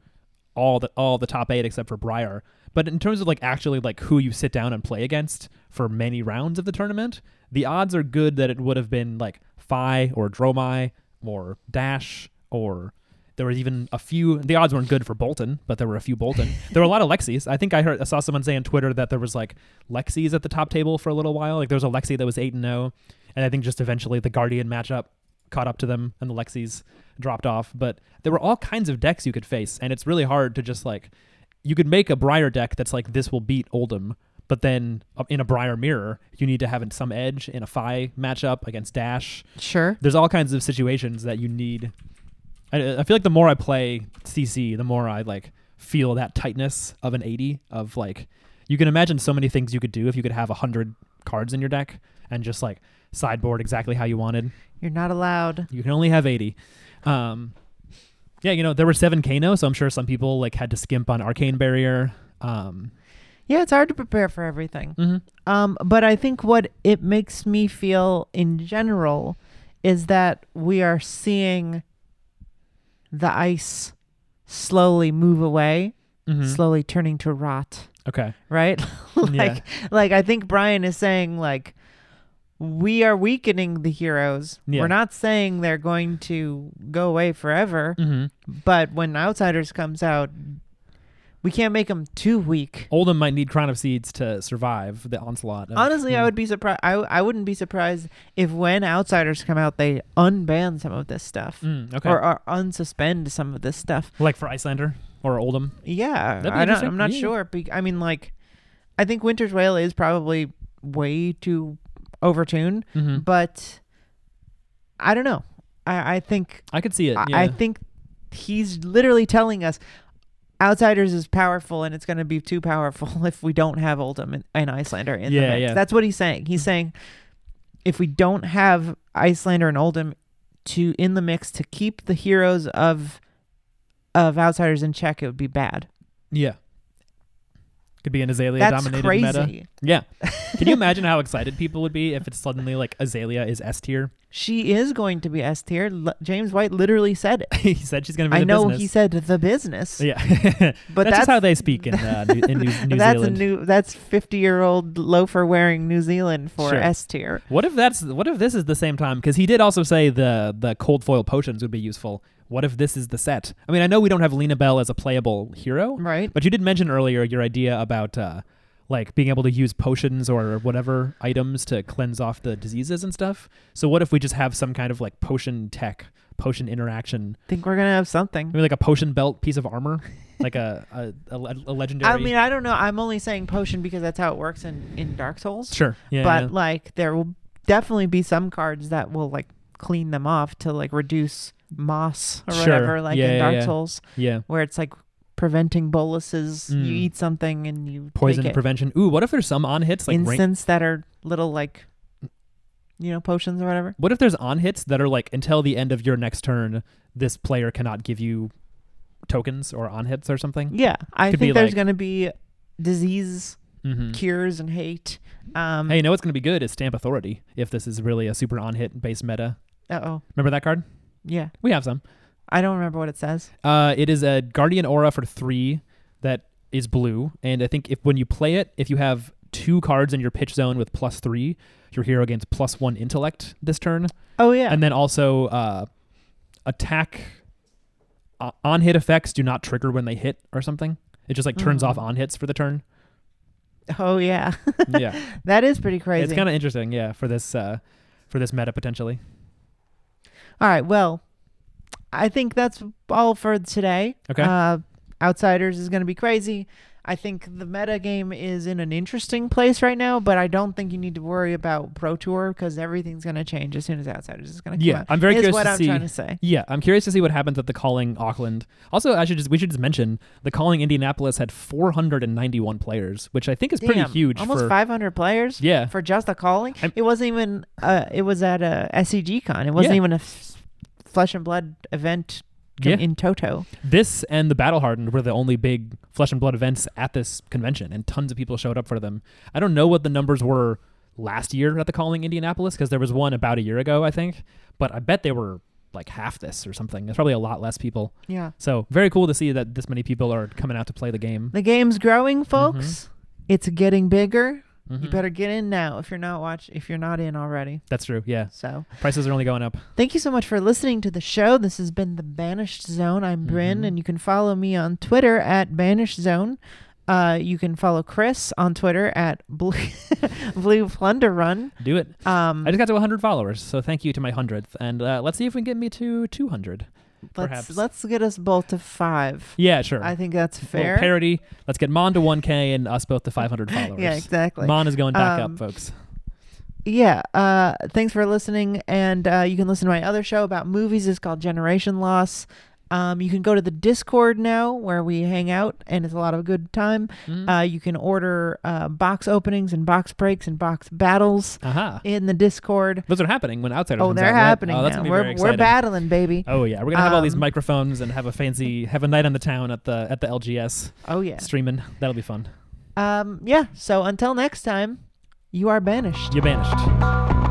Speaker 2: all the all the top eight except for Briar. But in terms of like actually like who you sit down and play against for many rounds of the tournament, the odds are good that it would have been like Phi or Dromai or Dash or there was even a few. The odds weren't good for Bolton, but there were a few Bolton. there were a lot of Lexis. I think I heard I saw someone say on Twitter that there was like Lexis at the top table for a little while. Like there was a Lexi that was eight and zero, and I think just eventually the Guardian matchup caught up to them and the Lexis dropped off. But there were all kinds of decks you could face, and it's really hard to just like you could make a Briar deck that's like this will beat Oldham, but then uh, in a Briar mirror you need to have some edge in a Phi matchup against Dash.
Speaker 1: sure.
Speaker 2: There's all kinds of situations that you need. I, I feel like the more I play CC, the more I like feel that tightness of an 80 of like you can imagine so many things you could do if you could have 100 cards in your deck and just like sideboard exactly how you wanted.
Speaker 1: You're not allowed.
Speaker 2: You can only have 80. Um, yeah, you know, there were seven Kano, so I'm sure some people like had to skimp on Arcane Barrier. Um,
Speaker 1: Yeah, it's hard to prepare for everything.
Speaker 2: mhm.
Speaker 1: Um, but I think what it makes me feel in general is that we are seeing the ice slowly move away,
Speaker 2: Mhm.
Speaker 1: slowly turning to rot,
Speaker 2: Okay.
Speaker 1: right? like
Speaker 2: Yeah.
Speaker 1: like I think Brian is saying like we are weakening the heroes.
Speaker 2: Yeah.
Speaker 1: We're not saying they're going to go away forever,
Speaker 2: Mm-hmm.
Speaker 1: but when Outsiders comes out, we can't make them too weak.
Speaker 2: Oldham might need Crown of Seeds to survive the onslaught. Of,
Speaker 1: Honestly,
Speaker 2: yeah.
Speaker 1: I would be surprised. I, I wouldn't be surprised if when outsiders come out, they unban some of this stuff
Speaker 2: Mm, okay.
Speaker 1: or, or unsuspend some of this stuff.
Speaker 2: like for Icelander or Oldham.
Speaker 1: Yeah,
Speaker 2: That'd be
Speaker 1: I don't.
Speaker 2: interesting.
Speaker 1: I'm not
Speaker 2: Yeah.
Speaker 1: sure. Be, I mean, like, I think Winter's Wail is probably way too overtuned,
Speaker 2: Mm-hmm.
Speaker 1: but I don't know. I, I think
Speaker 2: I could see it.
Speaker 1: I-
Speaker 2: yeah.
Speaker 1: I think he's literally telling us. Outsiders is powerful, and it's going to be too powerful if we don't have Oldham and, and Icelander in
Speaker 2: Yeah,
Speaker 1: the mix.
Speaker 2: yeah. Hmm.
Speaker 1: That's what he's saying. He's saying if we don't have Icelander and Oldham to in the mix to keep the heroes of of Outsiders in check, it would be bad.
Speaker 2: yeah. Could be an Azalea
Speaker 1: That's
Speaker 2: dominated
Speaker 1: crazy.
Speaker 2: meta. Yeah. Can you imagine how excited people would be if it's suddenly like Azalea is S tier?
Speaker 1: She is going to be S tier. L- James White literally said it.
Speaker 2: he said she's going to be
Speaker 1: I
Speaker 2: the
Speaker 1: know he
Speaker 2: business.
Speaker 1: said the business,
Speaker 2: Yeah.
Speaker 1: but
Speaker 2: that's,
Speaker 1: that's,
Speaker 2: just how they speak in, uh, New, in New, New
Speaker 1: that's
Speaker 2: Zealand.
Speaker 1: a new that's 50 year old loafer wearing New Zealand for
Speaker 2: Sure.
Speaker 1: S tier.
Speaker 2: What if that's what if this is the same time? Because he did also say the the cold foil potions would be useful. What if this is the set? I mean, I know we don't have Lena Bell as a playable hero,
Speaker 1: Right.
Speaker 2: but you did mention earlier your idea about uh, like being able to use potions or whatever items to cleanse off the diseases and stuff. So what if we just have some kind of like potion tech potion interaction.
Speaker 1: Think we're gonna have something.
Speaker 2: Maybe like a potion belt piece of armor, like a a, a, le- a legendary.
Speaker 1: I mean, I don't know. I'm only saying potion because that's how it works in in Dark Souls.
Speaker 2: sure, yeah,
Speaker 1: but
Speaker 2: yeah.
Speaker 1: like, there will definitely be some cards that will like clean them off to like reduce moss or
Speaker 2: Sure.
Speaker 1: whatever, like
Speaker 2: Yeah,
Speaker 1: in
Speaker 2: yeah,
Speaker 1: Dark
Speaker 2: yeah.
Speaker 1: Souls,
Speaker 2: yeah.
Speaker 1: where it's like preventing boluses. You
Speaker 2: Mm.
Speaker 1: eat something and you make
Speaker 2: Poison
Speaker 1: it
Speaker 2: prevention. Ooh, what if there's some on hits like rank?
Speaker 1: instants that are little like, you know, potions or whatever.
Speaker 2: What if there's on hits that are like until the end of your next turn, this player cannot give you tokens or on hits or something?
Speaker 1: Yeah, I
Speaker 2: Could be
Speaker 1: think there's
Speaker 2: like-
Speaker 1: gonna be disease
Speaker 2: Mm-hmm.
Speaker 1: cures and hate. Um,
Speaker 2: Hey, you know what's going to be good is Stamp Authority if this is really a super on hit based meta.
Speaker 1: Uh oh.
Speaker 2: Remember that card?
Speaker 1: Yeah.
Speaker 2: We have some.
Speaker 1: I don't remember what it says.
Speaker 2: Uh, it is a Guardian Aura for three that is blue, and I think if when you play it, if you have two cards in your pitch zone with plus three, your hero gains plus one intellect this turn,
Speaker 1: Oh yeah.
Speaker 2: and then also uh, attack uh, on hit effects do not trigger when they hit or something. It just like turns
Speaker 1: Mhm.
Speaker 2: off on hits for the turn.
Speaker 1: oh yeah.
Speaker 2: Yeah,
Speaker 1: that is pretty crazy.
Speaker 2: it's kind of interesting. Yeah, for this uh, for this meta potentially.
Speaker 1: All right. Well, I think that's all for today.
Speaker 2: Okay.
Speaker 1: Uh, Outsiders is going to be crazy. I think the meta game is in an interesting place right now, but I don't think you need to worry about Pro Tour because everything's going to change as soon as Outsiders is going to come
Speaker 2: Yeah,
Speaker 1: out.
Speaker 2: I'm very
Speaker 1: is
Speaker 2: curious
Speaker 1: what
Speaker 2: to
Speaker 1: I'm
Speaker 2: see-
Speaker 1: trying to say.
Speaker 2: Yeah, I'm curious to see what happens at the calling Auckland. Also, I should just we should just mention the calling Indianapolis had 491 players, which I think is pretty
Speaker 1: Damn,
Speaker 2: huge.
Speaker 1: Almost
Speaker 2: for,
Speaker 1: 500 players
Speaker 2: Yeah,
Speaker 1: for just a calling.
Speaker 2: I'm-
Speaker 1: it wasn't even. Uh, it was at a SCG con. It wasn't
Speaker 2: Yeah.
Speaker 1: even a f- flesh and blood event in,
Speaker 2: yeah.
Speaker 1: in toto.
Speaker 2: This and the Battle Hardened were the only big flesh and blood events at this convention, and tons of people showed up for them. I don't know what the numbers were last year at the calling Indianapolis because there was one about a year ago, I think. But I bet they were like half this or something. There's probably a lot less people.
Speaker 1: Yeah.
Speaker 2: So very cool to see that this many people are coming out to play the game.
Speaker 1: The game's
Speaker 2: Mm-hmm.
Speaker 1: growing, folks. It's getting bigger. You
Speaker 2: Mhm.
Speaker 1: better get in now if you're not watch if you're not in already.
Speaker 2: That's true. Yeah,
Speaker 1: So
Speaker 2: prices are only going up.
Speaker 1: thank you so much for listening to the show. This has been the Banished Zone. I'm Bryn,
Speaker 2: Mhm.
Speaker 1: and you can follow me on Twitter at Banished Zone. Uh, you can follow Chris on Twitter at Blue, Blue Plunder Run.
Speaker 2: Do it.
Speaker 1: Um,
Speaker 2: I just got to 100 followers, so thank you to my 100th. And uh, let's see if we can get me to 200.
Speaker 1: let's
Speaker 2: perhaps.
Speaker 1: let's get us both to five.
Speaker 2: Yeah, sure.
Speaker 1: I think that's
Speaker 2: Little
Speaker 1: fair.
Speaker 2: parody. Let's get Mon to 1K and us both to 500 followers.
Speaker 1: yeah, exactly.
Speaker 2: Mon is going back
Speaker 1: Um,
Speaker 2: up, folks.
Speaker 1: yeah uh thanks for listening and uh you can listen to my other show about movies it's called generation loss um you can go to the discord now where we hang out and it's a lot of good time
Speaker 2: Mm.
Speaker 1: uh you can order uh box openings and box breaks and box battles
Speaker 2: Aha.
Speaker 1: in the discord
Speaker 2: Those are happening when outsiders.
Speaker 1: oh
Speaker 2: comes
Speaker 1: they're
Speaker 2: out, right?
Speaker 1: happening
Speaker 2: Oh, that's
Speaker 1: now
Speaker 2: gonna be very
Speaker 1: we're, we're
Speaker 2: exciting.
Speaker 1: battling baby
Speaker 2: Oh yeah, we're gonna have all these
Speaker 1: Um,
Speaker 2: microphones and have a fancy, have a night on the town at the at the LGS
Speaker 1: oh yeah
Speaker 2: streaming. That'll be fun.
Speaker 1: um yeah so until next time you are banished
Speaker 2: You banished.